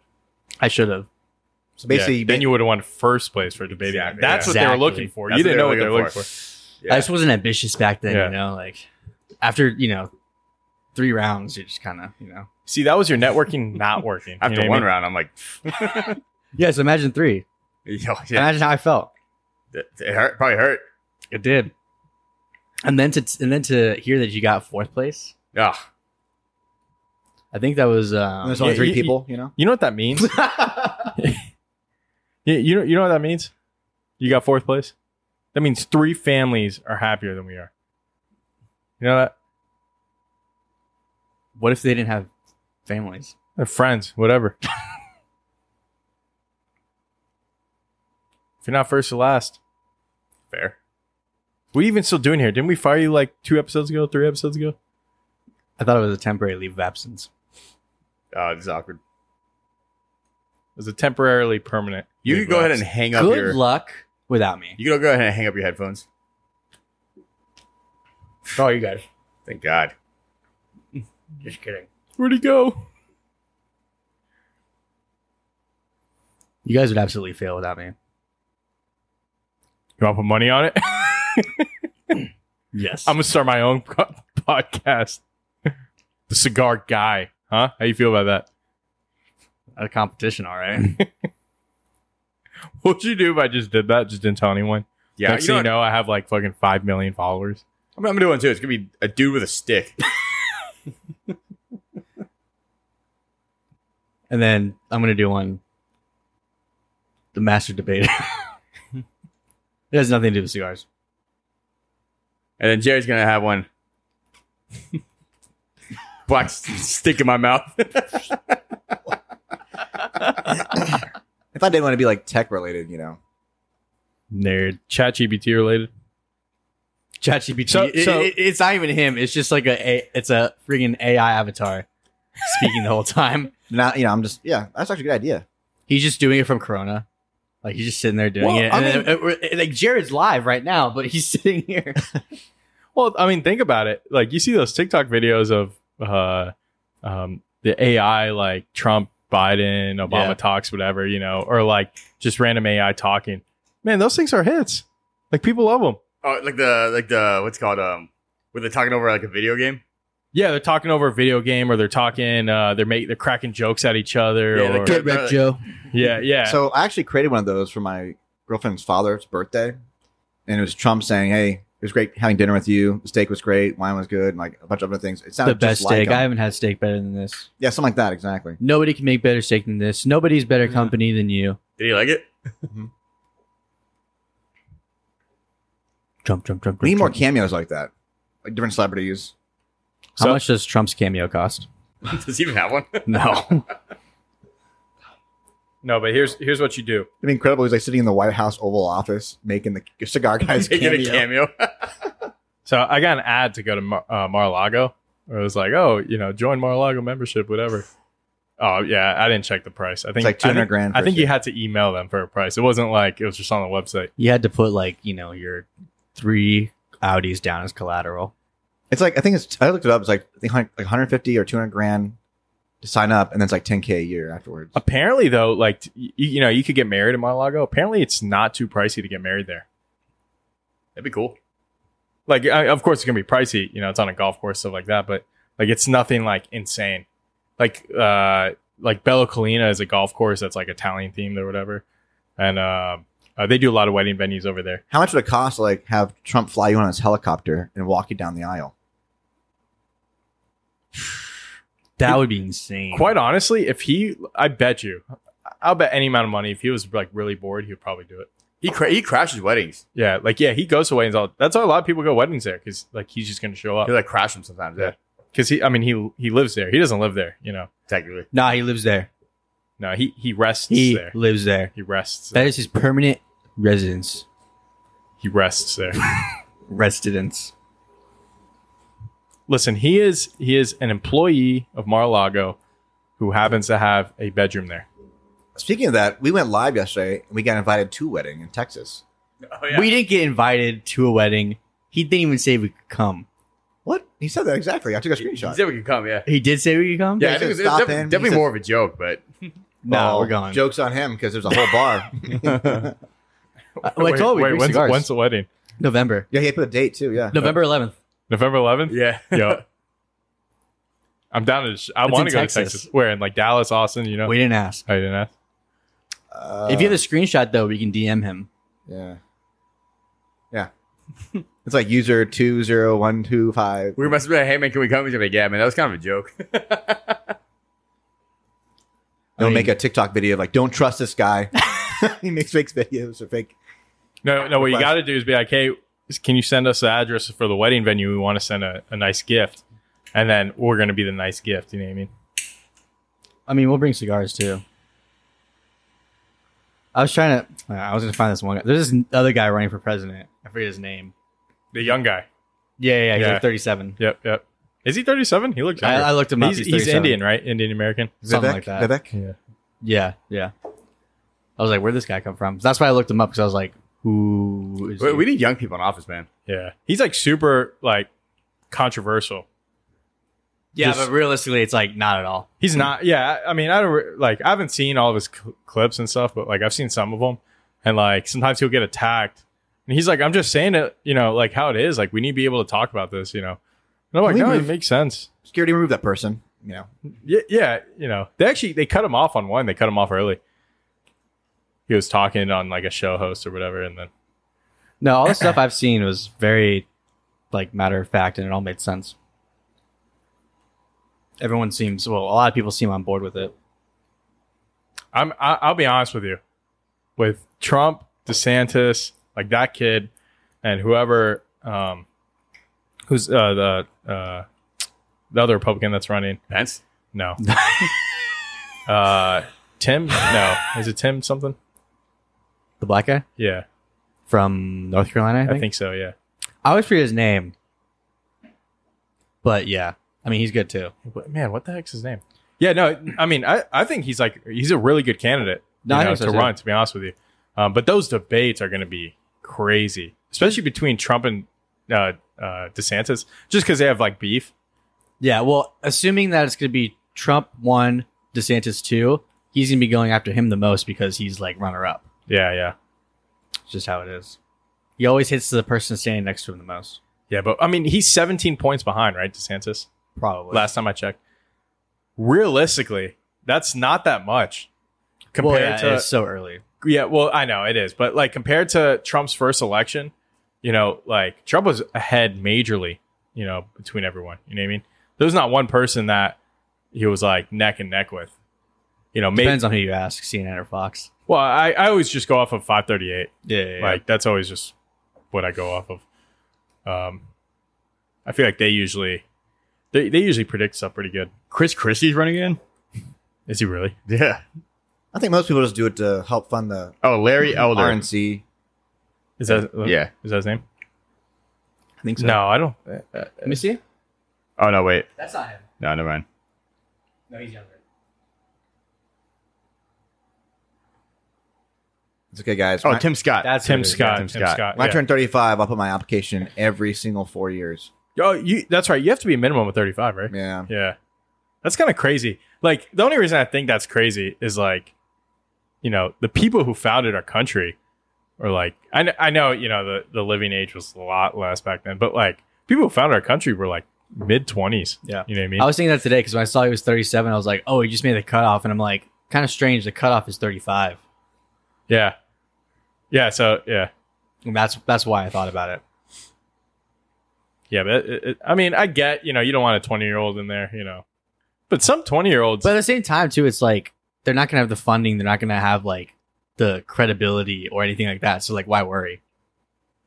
I should have.
So basically,
Yeah,
you
then
ba-
you would have won first place for debating.
Exactly.
That's what they were
Exactly.
looking for.
That's
you didn't know
what
what
they
they
were
were
looking
looking for.
Yeah.
I just wasn't ambitious back then,
Yeah.
you know. Like after you know three rounds, you just kind of you know.
See, that was your networking not working. You
After
know
one
what I mean?
round, I'm like,
Yeah, so imagine three.
yo, yeah,
Imagine how I felt.
it it hurt, probably hurt.
It did. And then to and then to hear that you got fourth place,
Yeah,
I think that was
and
um,
there's only
Yeah,
three
you-
people, you know?
You know what that means? you, you know, you know what that means? You got fourth place. That means three families are happier than we are. You know that?
what if they didn't have families?
They're friends, whatever. if you're not first or last,
fair.
what are you even still doing here? Didn't we fire you like two episodes ago, three episodes ago?
I thought it was a temporary leave of absence.
Uh, this is awkward.
It was a temporarily permanent.
You
leave
could go ahead
lapse.
and hang up
Good
your.
luck without me.
You could go ahead and hang up your headphones.
Oh, you guys,
Thank God.
just kidding.
Where'd he go?
You guys would absolutely fail without me.
You want to put money on it?
Yes,
I'm gonna start my own co- podcast. the cigar guy, huh? How you feel about that?
a competition, all right.
What'd you do if I just did that? Just didn't tell anyone.
Yeah,
Next
you
thing
know,
you
what?
know, I have like fucking five million followers.
I'm, I'm gonna do one too. It's gonna be a dude with a stick.
and then I'm gonna do one. The master debate. it has nothing to do with cigars.
And then Jerry's gonna have one. Black s- stick in my mouth.
If I didn't want to be like tech related, you know.
Nerd. Chat GPT related.
ChatGPT.
So-
it-
so-
it- it's not even him. It's just like a, a it's a freaking AI avatar speaking the whole time.
Not, you know, I'm just, yeah, that's actually a good idea.
He's just doing it from Corona. Like he's just sitting there doing
Well,
it.
I
And then- uh, we're- like Jared's live right now, but he's sitting here.
Well, I mean, think about it. Like you see those TikTok videos of uh um the AI like Trump, Biden, Obama
Yeah.
talks, whatever, you know, or like just random AI talking. Man, those things are hits. Like people love them.
oh, like the like the what's it called um, where they're talking over like a video game.
Yeah, they're talking over a video game, or they're talking, uh, they're make, they're cracking jokes at each other.
Yeah,
Yeah,
they
or,
could- wrecked,
Joe.
yeah, yeah.
So I actually created one of those for my girlfriend's father's birthday. And it was Trump saying, hey, it was great having dinner with you. The steak was great. Wine was good. And like a bunch of other things. It sounded
The best
just like
steak.
him.
I haven't had steak better than this.
Yeah, something like that. Exactly.
Nobody can make better steak than this. Nobody's better company than you.
Did you like it?
Trump, Trump, Trump.
We need
Trump,
more
Trump.
cameos like that, like different celebrities.
How
So-
much does Trump's cameo cost?
Does he even have one?
No.
no, but here's here's what you do.
It'd be incredible. He's like sitting in the White House Oval Office making the cigar guys
Making a
cameo.
cameo.
So I got an ad to go to Mar- uh, Mar-a-Lago. Where it was like, oh, you know, join Mar-a-Lago membership, whatever. Oh yeah, I didn't check the price. I think
It's like
I
200
think-
grand
I
for
think
shit.
you had to email them for a price. It wasn't like it was just on the website.
you had to put like, you know, your three Audis down as collateral.
It's like I think it's. I looked it up. It's like I think hun- like 150 or 200 grand to sign up, and then it's like 10k a year afterwards.
Uh,
Apparently though, like t- you, you know, you could get married in Mar-a-Lago. Apparently, it's not too pricey to get married there.
That'd be cool.
Like, I, of course, it's gonna be pricey. You know, it's on a golf course, stuff like that. But like, it's nothing like insane. Like, uh, like Bella Colina is a golf course that's like Italian themed or whatever, and um uh, they do a lot of wedding venues over there.
How much would it cost to like have Trump fly you on his helicopter and walk you down the aisle?
That would be insane.
Quite honestly, if he, I bet you, I'll bet any amount of money. If he was like really bored, he would probably do it.
He cra- he crashes weddings.
Yeah, like yeah, he goes to weddings. All that's why a lot of people go to weddings there because like he's just gonna show up
He like crash them sometimes. Oh. Yeah,
Yeah. because he. I mean, he he lives there. He doesn't live there. You know,
technically.
Nah, he lives there.
no, he he rests
He
there.
lives there.
He rests.
That is his permanent residence.
He rests there.
Residence.
Listen, he is he is an employee of Mar-a-Lago who happens to have a bedroom there.
Speaking of that, we went live yesterday and we got invited to a wedding in Texas.
Oh, yeah.
We didn't get invited to a wedding. He didn't even say we could come.
What? He said that exactly. I took a
He
screenshot.
said we could come, yeah.
He did say we could come.
Yeah,
he
I think it was,
said
it was
stop
defi-
in. He
definitely
said-
more of a joke, but
No,
Well,
we're going.
Jokes on him because there's a whole bar.
Uh, well, I
wait,
told you,
wait,
we
when's,
cigars.
when's the wedding?
November.
yeah, he put a date too. Yeah,
November 11th.
November 11th?
yeah.
Yo. I'm down to. Sh- I
It's
want
in
to go to
Texas.
Texas. Where in like Dallas, Austin? Oh, You know.
We didn't ask.
I didn't ask.
Uh,
if you have a screenshot though, we can DM him.
yeah, yeah, it's like user two zero one two five.
We must have been like, hey man, can we come? He's like, yeah, man, that was kind of a joke.
They'll
I mean-
make a TikTok video of like, "Don't trust this guy." he makes fake videos or fake.
No, no. What you
Request.
got to do is be like, hey, can you send us the address for the wedding venue? We want to send a, a nice gift, and then we're gonna be the nice gift. You know what I mean?
I mean, we'll bring cigars too. I was trying to. uh, I was gonna find this one guy. There's this other guy running for president. I forget his name.
The young guy.
Yeah, yeah, yeah. He's
Yeah.
like 37.
Yep, yep. Is he 37? He looks.
I,
younger.
I looked him up.
he's,
He's,
he's
37.
Indian, right? Indian American.
Something
Vivek?
like that.
Vivek?
Yeah.
Yeah, yeah. I was like, where'd this guy come from? That's why I looked him up because I was like, who is?
we,
he?
we need young people in office, man.
Yeah. He's like super like controversial.
yeah,
just-
but realistically, it's like not at all.
He's not. Yeah, I I mean, I don't re- like. I haven't seen all of his cl- clips and stuff, but like I've seen some of them, and like sometimes he'll get attacked, and he's like, "I'm just saying it, you know, like how it is. Like we need to be able to talk about this, you know." And I'm like,
Can
no,
we
it
move-
makes sense.
Security remove that person. You know,
Yeah, yeah, you know, they actually they cut him off on one. They cut him off early. He was talking on like a show host or whatever, and then
No, all the stuff I've seen was very, like, matter of fact, and it all made sense. Everyone seems well. A lot of people seem on board with it.
I'm I, I'll be honest with you, with Trump, DeSantis, like that kid, and whoever um, who's uh, the uh, the other Republican that's running.
Pence?
No, uh, Tim. No, is it Tim something?
The black guy
Yeah,
from North Carolina, I
I
think.
think, so. Yeah,
I always forget his name, but yeah, I mean he's good too.
But, man, what the heck's his name? Yeah, no, I mean, I, I think he's like he's a really good candidate
No,
you
I
know,
think so,
to
too.
run. To be honest with you, um, but those debates are going to be crazy, especially between Trump and uh, uh, DeSantis, just because they have like beef.
Yeah, well, assuming that it's going to be Trump one, DeSantis two, he's going to be going after him the most because he's like runner up.
Yeah, yeah,
It's just how it is. He always hits the person standing next to him the most,
yeah. But I mean, he's 17 points behind, right, DeSantis?
probably.
Last time I checked, realistically, that's not that much compared
well, yeah,
to
it's so early.
Yeah, well, I know it is, but like compared to Trump's first election, you know, like Trump was ahead majorly, you know, between everyone. You know what I mean? There's not one person that he was like neck and neck with. You know, maybe.
Depends on who you ask, CNN or Fox.
Well, I, I always just go off of 538.
Yeah, yeah,
Like that's always just what I go off of. Um, I feel like they usually they they usually predict stuff pretty good. Chris Christie's running again. Is he really?
Yeah.
I think most people just do it to help fund the
Oh, Larry Elder.
RNC.
Is that
Yeah.
Is that his name?
I think so.
No, I don't.
Let me see.
Oh no, wait.
That's not him.
No, never mind.
No, he's younger.
It's okay, guys.
Oh,
When I-
Tim Scott.
That's who
Tim
it is.
Scott.
Tim
Tim
Scott.
Scott.
When I
yeah.
turn thirty-five, I'll put my application every single four years.
Oh, you that's right. You have to be a minimum of 35, right?
Yeah,
Yeah. That's kind of crazy. Like the only reason I think that's crazy is like you know, the people who founded our country or like I kn- I know, you know, the the living age was a lot less back then, but like people who founded our country were like mid 20s.
Yeah.
You know what I mean?
I was thinking that today because when I saw he was 37, I was like, oh, he just made the cutoff. And I'm like, kind of strange. The cutoff is 35.
yeah. Yeah, so yeah.
And that's that's why I thought about it.
Yeah, but it, it, I mean, I get, you know, you don't want a 20-year-old in there, you know. But some 20-year-olds
But at the same time, too, it's like they're not gonna have the funding. They're not gonna have like the credibility or anything like that. So like, why worry?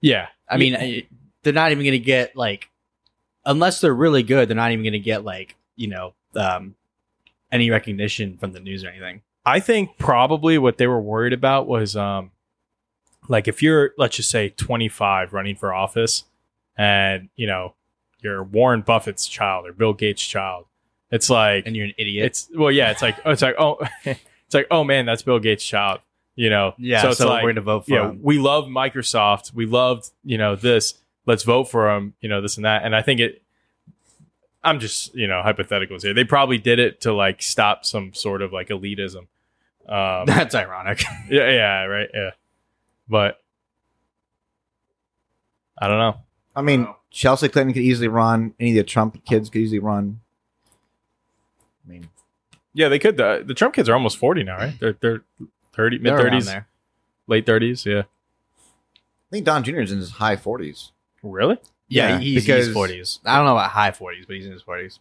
yeah.
I mean, I- they're not even gonna get like, unless they're really good, they're not even gonna get like you know um, any recognition from the news or anything.
I think probably what they were worried about was um like if you're let's just say 25 running for office and you know you're Warren Buffett's child or Bill Gates' child. It's like
And you're an idiot.
it's well yeah, it's like oh, it's like oh it's like oh man, that's Bill Gates' child, you know.
yeah. So,
it's like,
we're gonna vote for
yeah,
him.
we love Microsoft. We loved, you know, this. Let's vote for him, you know, this and that. And I think it I'm just you know hypotheticals here. They probably did it to like stop some sort of like elitism. Um,
That's ironic.
yeah, yeah, right, yeah. But I don't know.
I mean,
Wow.
Chelsea Clinton could easily run. Any of the Trump kids could easily run. I mean,
Yeah, they could. The, the Trump kids are almost forty now, right? They're they're thirty, mid
They're around
thirties,
there.
late thirties. Yeah,
I think Don Jr. is in his high 40s.
really?
Yeah,
Yeah,
he's,
because-
he's 40s. I don't know about high 40s, but he's in his 40s.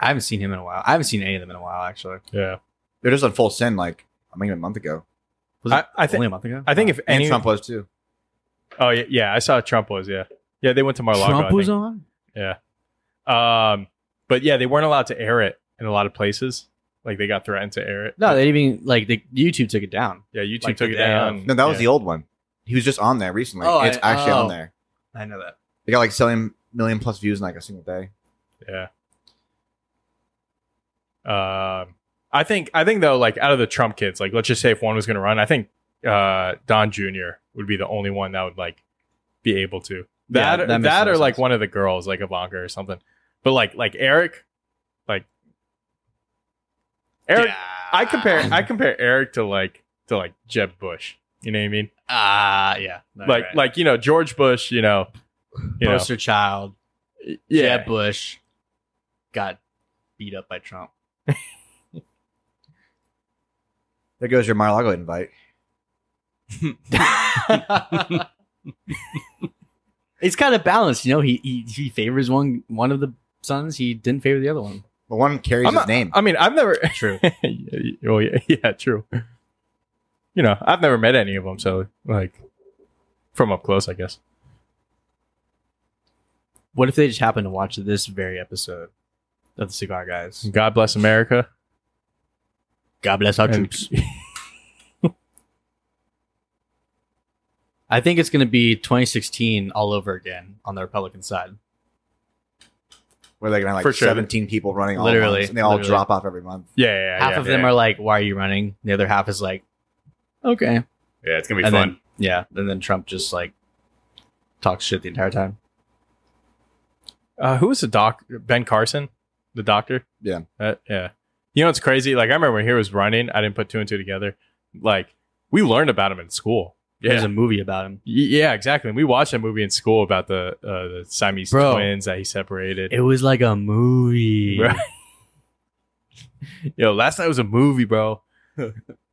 I haven't seen him in a while. I haven't seen any of them in a while, actually.
Yeah.
They're just on full sin, like, I mean, a month ago.
Was it
I- I thi-
only a month ago?
I think if
And
any,
Trump was too.
oh yeah, yeah, I saw Trump was yeah, yeah. They went to Mar-a-Lago. I
Trump
think.
was on?
Um, but yeah, they weren't allowed to air it in a lot of places. Like they got threatened to air it.
No, they didn't even, like, the YouTube took it down.
yeah, YouTube
like,
took
the
it
day
down.
of.
No, that was
yeah.
the old one. He was just on there recently.
Oh,
it's
I-
actually
oh.
on there.
I know that.
They got like 7 million plus views in like a single day.
Yeah. Um, I think I think though, like out of the Trump kids, like let's just say if one was going to run, I think uh, Don Jr. would be the only one that would like be able to
Yeah,
that
that
that,
makes a lot
or
of
like
sense.
one of the girls, like Ivanka or something. But like like Eric, like Eric, I compare I compare Eric to like to like Jeb Bush. You know what I mean?
Ah, yeah. No,
like
you're right.
like you know George Bush. You know, you know,
poster child,
yeah.
Jeb Bush got beat up by Trump.
There goes your Mar-a-Lago invite.
it's kind of balanced, you know. He, he he favors one one of the sons. He didn't favor the other one.
But one carries
I'm
his
not-
name.
I mean, I've never.
True.
well, yeah, yeah, true. You know, I've never met any of them, so like from up close, I guess.
What if they just happened to watch this very episode of the Cigar Guys?
God bless America.
God bless our
And-
troops. I think it's going to be 2016 all over again on the Republican side.
where they're going to have
For
like
sure.
17 people running all
Literally,
literally, and they all
literally.
drop off every month.
Yeah, yeah, yeah,
half
yeah,
of them
yeah.
are like, "Why are you running?" The other half is like, "Okay."
Yeah, it's gonna be
and
fun.
then yeah, and then Trump just like talks shit the entire time.
Uh, who was the doc? Ben Carson, the doctor.
Yeah.
Uh, yeah. You know what's crazy? Like I remember when he was running, I didn't put two and two together. Like we learned about him in school.
There's
Yeah.
a movie about him.
Y- Yeah, exactly. We watched a movie in school about the uh, the Siamese
Bro.
twins that he separated.
It was like a movie.
Bro. Yo, last night was a movie, bro.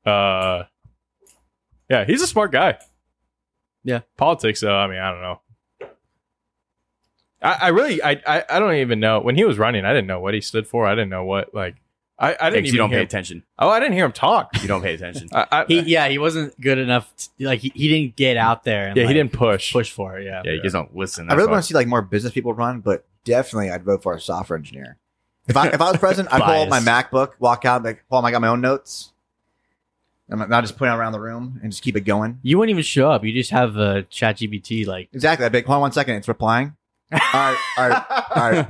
uh, yeah, he's a smart guy.
Yeah.
politics though. I mean, I don't know. I, I really, I, I, I don't even know. When he was running, I didn't know what he stood for. I didn't know what like. I, I didn't
Thanks,
even
you don't
hear.
pay attention.
oh, I didn't hear him talk.
You don't pay attention.
I, I,
He yeah, he wasn't good enough. To, like he, he didn't get out there. And,
yeah, he
like,
didn't push.
push for it. Yeah.
yeah, you just don't listen.
I really
that's
want to see like more business people run, but definitely I'd vote for a software engineer. If I if I was president, I'd pull out my
Biased.
MacBook, walk out, like, well, I got my own notes. I'm not- not just point around the room and just keep it going.
You wouldn't even show up. You just have a chat GBT like
Exactly. I'd be like, hold on one second, it's replying. All right, all right, all right,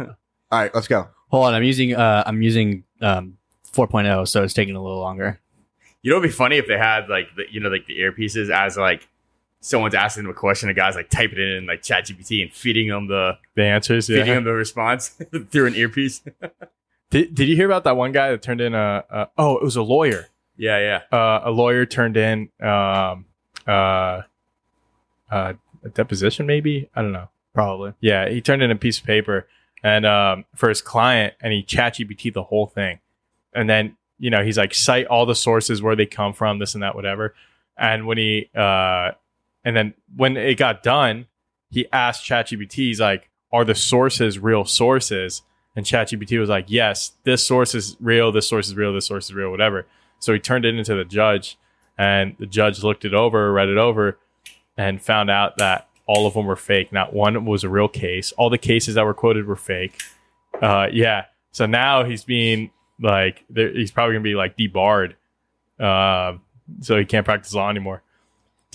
all right, let's go.
hold on, I'm using uh I'm using um 4.0, so it's taking a little longer.
why. You know, it'd be funny if they had like the, you know like the earpieces as like someone's asking them a question, a guy's like typing it in like ChatGPT and feeding them the
The answers. Yeah.
feeding them the response through an earpiece.
Did, did you hear about that one guy that turned in a, a? Oh, it was a lawyer.
Yeah, yeah.
Uh, a lawyer turned in um, uh, uh, a deposition, maybe. I don't know.
Probably.
Yeah, he turned in a piece of paper and um, for his client, and he chat GPT the whole thing, and then you know he's like cite all the sources where they come from, this and that, whatever. And when he uh, and then when it got done, he asked ChatGPT, he's like, "Are the sources real sources?" And ChatGPT was like, "Yes, this source is real. This source is real. This source is real. Whatever." So he turned it into the judge, and the judge looked it over, read it over, and found out that all of them were fake. Not one was a real case. All the cases that were quoted were fake. Uh, yeah. So now he's being like, there- he's probably gonna be like debarred, uh, so he can't practice law anymore.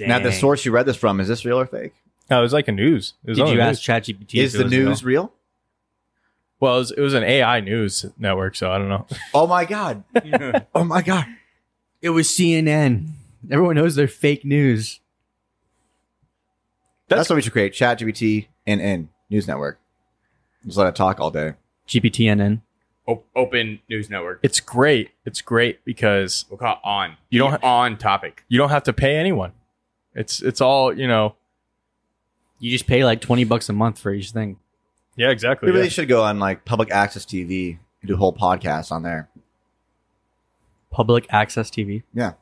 Now, the source you read this from is this real or fake?
No, Oh, it was like a news. It was
Did
on
you
the
ask
news.
ChatGPT?
Is
if it
the
was real?
news real?
Well, it was, it was an AI news network, so I don't know.
Oh my god! Oh my god!
It was CNN. Everyone knows they're fake news.
That's, what we should create. Chat GBT and N News Network. Just let it talk all day.
GPTNN.
O- open news network.
It's great. It's great because
We'll call it on.
You don't
Be on topic.
you don't have to pay anyone. It's it's all you know.
You just pay like twenty bucks a month for each thing.
Yeah, exactly.
Maybe they should go on like public access TV and do whole podcasts on there.
Public access TV.
Yeah.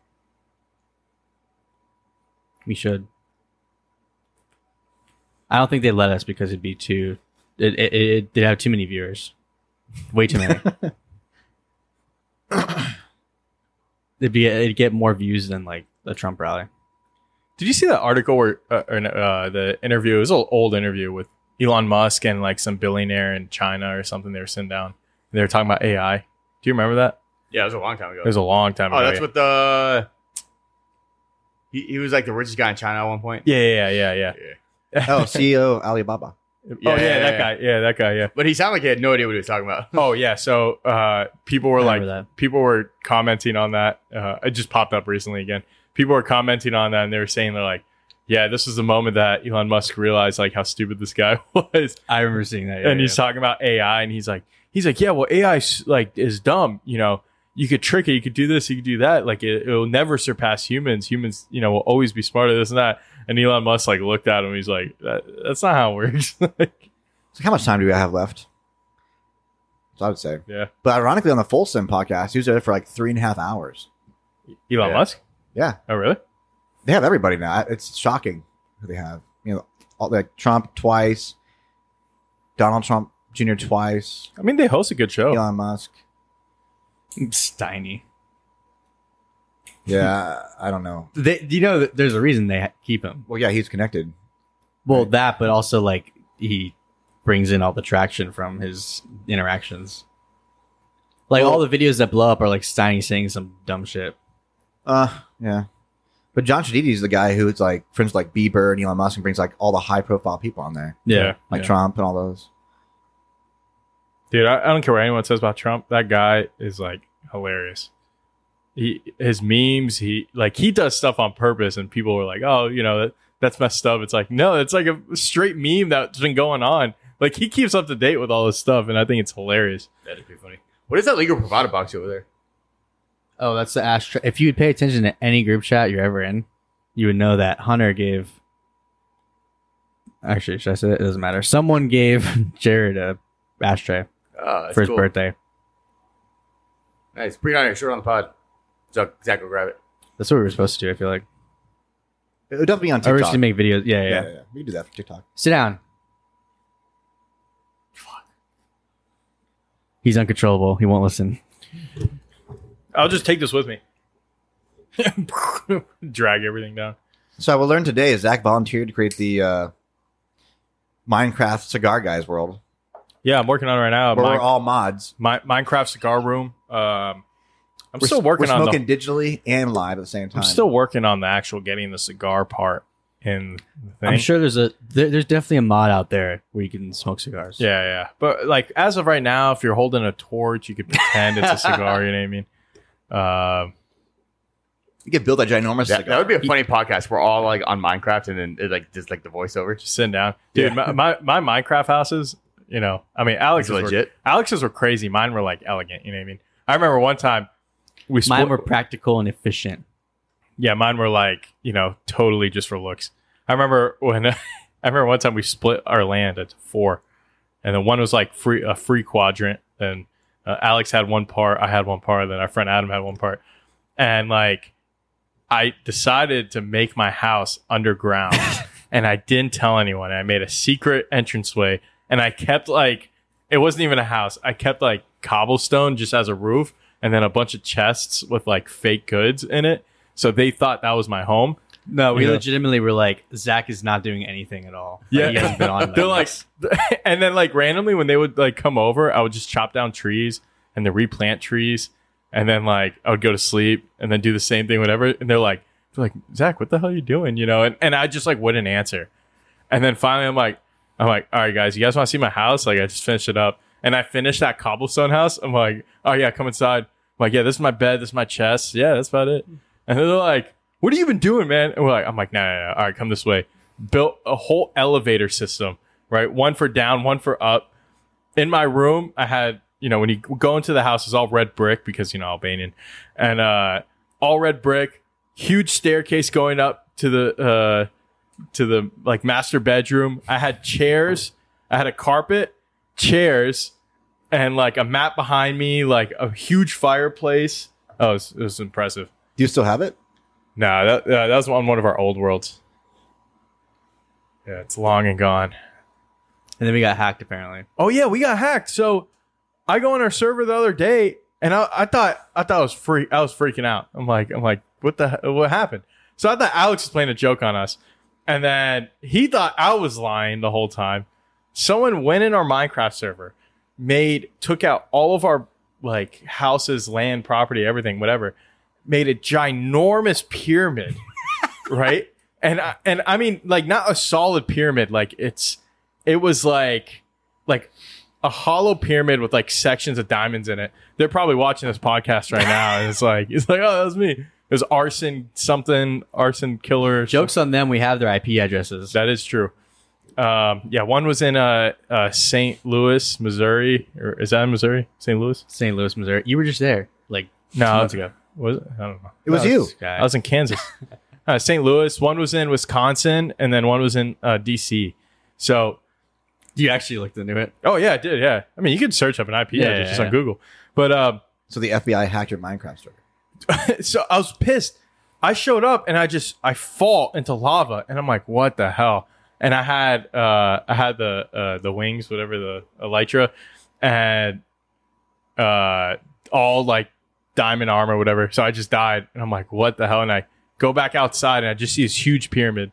We should. I don't think they'd let us because it'd be too. It, it, it, they'd have too many viewers. Way too many. it'd be. It'd get more views than like a Trump rally.
Did you see that article where uh, or, no, uh, the interview? It was an old interview with Elon Musk and like some billionaire in China or something. They were sitting down. And they were talking about AI. Do you remember that?
Yeah, it was a long time ago.
It was a long time
oh,
ago.
that's what the. He, he was like the richest guy in China at one point.
yeah, yeah, yeah, yeah. yeah.
Oh, CEO of Alibaba.
oh yeah,
yeah,
that
yeah.
guy. Yeah, that guy. Yeah.
But he sounded like he had no idea what he was talking about.
Oh yeah. So uh, people were like,
Remember that.
people were commenting on that. Uh, it just popped up recently again. People were commenting on that, and they were saying they're like, "Yeah, this was the moment that Elon Musk realized like how stupid this guy was."
I remember seeing that.
and he's talking about AI, and he's like, he's like, "Yeah, well, AI is, like is dumb. You know, you could trick it, you could do this, you could do that. Like it, it'll never surpass humans. Humans, you know, will always be smarter this and that." And Elon Musk like looked at him. He's like, that, "That's not how it works." Like,
So how much time do we have left? So I would say.
yeah,
But ironically, on the Folsom podcast, he was there for like three and a half hours.
Elon
Yeah.
Musk.
Yeah,
Oh really?
they have everybody now. It's shocking who they have. You know, all, like Trump twice, Donald Trump Jr. twice,
I mean, they host a good show.
Elon Musk.
Steiny.
Yeah, I don't know.
They, you know, that there's a reason they ha- keep him.
Well, yeah, he's connected.
Well, that, but also like he brings in all the traction from his interactions. Like
Well-
all the videos that blow up are like Steiny saying some dumb shit.
Uh, yeah. But John Shadidi is the guy who's like friends with, like Bieber and Elon Musk and brings like all the high profile people on there, like
Yeah.
Trump and all those.
Dude, I, I don't care what anyone says about Trump. That guy is like hilarious. He his memes, he like he does stuff on purpose, and people were like, "Oh, you know, that, that's messed up." It's like, no, it's like a straight meme that's been going on. Like he keeps up to date with all this stuff, and I think it's hilarious.
That'd be funny. What is that legal provider box over there?
Oh, that's the Ash. If you would pay attention to any group chat you're ever in, you would know that Hunter gave. Actually, should I say that? It doesn't matter. Someone gave Jared a ashtray
Oh, that's
for his
cool.
birthday.
Nice. Bring it on your shirt on the pod. Zuck, Zach will grab it.
That's what we were supposed to do. I feel like.
It would definitely be on
I
TikTok.
to make videos. Yeah, yeah.
yeah,
yeah.
yeah, yeah. We can do that for TikTok.
Sit down. He's uncontrollable. He won't listen.
I'll just take this with me. Drag everything down.
So I will learn today is Zach volunteered to create the uh, Minecraft Cigar Guys world,
Yeah, I'm working on it right now.
where
Mine-
we're all mods.
Mi- Minecraft cigar room. Um, I'm
We're
still
s-
working
we're
on the
smoking digitally and live at the same time.
I'm still working on the actual getting the cigar part in the thing.
I'm sure there's a there, there's definitely a mod out there where you can smoke cigars.
Yeah, yeah. But like as of right now, if you're holding a torch, you could pretend it's a cigar. You know what I mean? Um
you could build a ginormous
That, that
cigar.
would be a funny podcast. We're all like on Minecraft and then it, like just like the voiceover.
just sitting down, dude. My, my my Minecraft houses. You know, I mean, Alex's
It's
Oh, were,
legit.
Alex's were crazy. Mine were like elegant. You know what I mean? I remember one time we split,
Mine were practical and efficient.
yeah, mine were like you know totally just for looks. I remember when I remember one time we split our land into four, and then one was like free a free quadrant, and uh, Alex had one part, I had one part, and then our friend Adam had one part, and like I decided to make my house underground, and I didn't tell anyone. I made a secret entranceway, and I kept like it wasn't even a house. I kept like cobblestone just as a roof, and then a bunch of chests with like fake goods in it. So they thought that was my home.
No, we
Yeah.
legitimately were like, Zach is not doing anything at all. Like,
Yeah.
he hasn't been on.
They're
them.
like, and then like randomly when they would like come over, I would just chop down trees and then replant trees, and then like I would go to sleep and then do the same thing, whatever. And they're like, they're like Zach, what the hell are you doing? You know, and and I just like wouldn't answer, and then finally I'm like, I'm like, all right guys, you guys want to see my house? Like I just finished it up, and I finished that cobblestone house. I'm like, oh yeah, come inside. I'm like yeah, this is my bed, this is my chest. Yeah, that's about it. And they're like, what have you been doing, man? And we're like, I'm like, no, no, no. All right, come this way. Built a whole elevator system, right? One for down, one for up. in my room, I had, you know, when you go into the house, it's all red brick because, you know, Albanian and uh, all red brick, huge staircase going up to the, uh, to the like master bedroom. I had chairs, I had a carpet, chairs, and like a mat behind me, like a huge fireplace. Oh, it was, it was impressive.
Do you still have it?
No, that, uh, that was on one of our old worlds. Yeah, it's long and gone.
And then we got hacked apparently.
Oh yeah, we got hacked. So I go on our server the other day, and I, I thought I thought I was free. I was freaking out. I'm like I'm like what the he- what happened? So I thought Alex was playing a joke on us, and then he thought I was lying the whole time. Someone went in our Minecraft server, made took out all of our like houses, land, property, everything, whatever, made a ginormous pyramid, right? And I, and I mean like not a solid pyramid, like it's it was like like a hollow pyramid with like sections of diamonds in it. They're probably watching this podcast right now, and it's like it's like oh that was me. It was arson something, arson killer.
Jokes on them. We have their IP addresses.
That is true. Um, yeah, one was in uh, uh, St. Louis, Missouri, or is that in Missouri? St. Louis?
St. Louis, Missouri. You were just there like
No,
two months ago.
was it? I don't know.
It was
Oh,
you.
this guy.
I was in Kansas, uh, St. Louis. One was in Wisconsin, and then one was in uh, D.C. So
you actually looked into it.
Oh yeah, I did. Yeah, I mean, you could search up an IP
Yeah,
address
yeah,
just
yeah.
on Google. But um,
So the FBI hacked your Minecraft server.
so I was pissed. I showed up and I just I fall into lava and I'm like, what the hell? And I had uh, I had the uh, the wings, whatever the elytra, and uh, all like diamond armor, whatever. So I just died and I'm like, what the hell? And I go back outside and I just see this huge pyramid.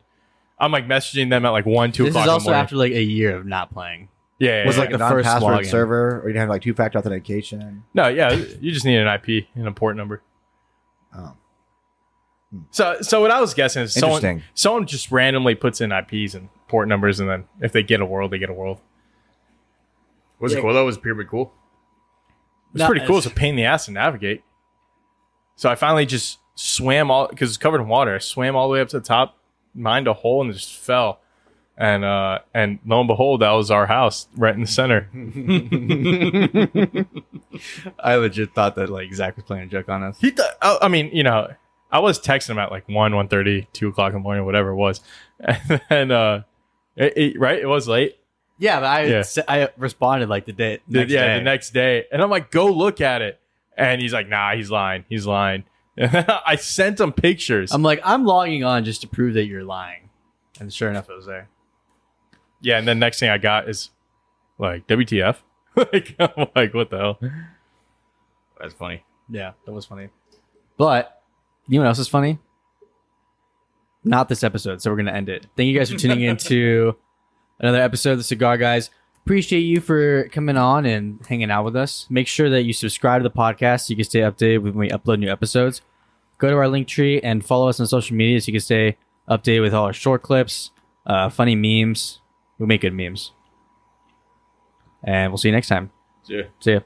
I'm like messaging them at like one, two
This is
o'clock in the
also
morning.
after like a year of not playing.
yeah, yeah,
was
yeah.
it like
yeah.
a
The first
non-password
login.
server, or you didn't have like two-factor authentication.
No, yeah, you just need an IP and a port number.
Oh. Hmm.
So, so what I was guessing is someone,
Interesting.
someone just randomly puts in IPs and port numbers, and then if they get a world, they get a world.
Was it cool though? Was the pyramid cool?
It's
No,
pretty cool. It's
it's-
a pain in the ass to navigate. So I finally just swam all because it's covered in water. I swam all the way up to the top, mined a hole, and just fell. And uh, and lo and behold, that was our house right in the center.
I legit thought that like Zach was playing a joke on us.
He, th- I, I mean, you know, I was texting him at like one, one thirty, two o'clock in the morning, whatever it was, and then uh, it, it- right, it was late.
Yeah, but I
Yeah.
s- I responded like the day.
The-
Next
yeah,
day.
the next day, and I'm like, go look at it, and he's like, nah, he's lying, he's lying. I sent him pictures.
I'm like, I'm logging on just to prove that you're lying. And sure enough, it was there.
yeah, and then next thing I got is like WTF. like I'm like, what the hell?
That's funny.
Yeah, that was funny. But you know what else is funny? Not this episode, so we're gonna end it. Thank you guys for tuning in to another episode of the Cigar Guys. Appreciate you for coming on and hanging out with us. Make sure that you subscribe to the podcast so you can stay updated when we upload new episodes. Go to our link tree and follow us on social media so you can stay updated with all our short clips, uh, funny memes. We make good memes. And we'll see you next time.
Yeah.
See ya.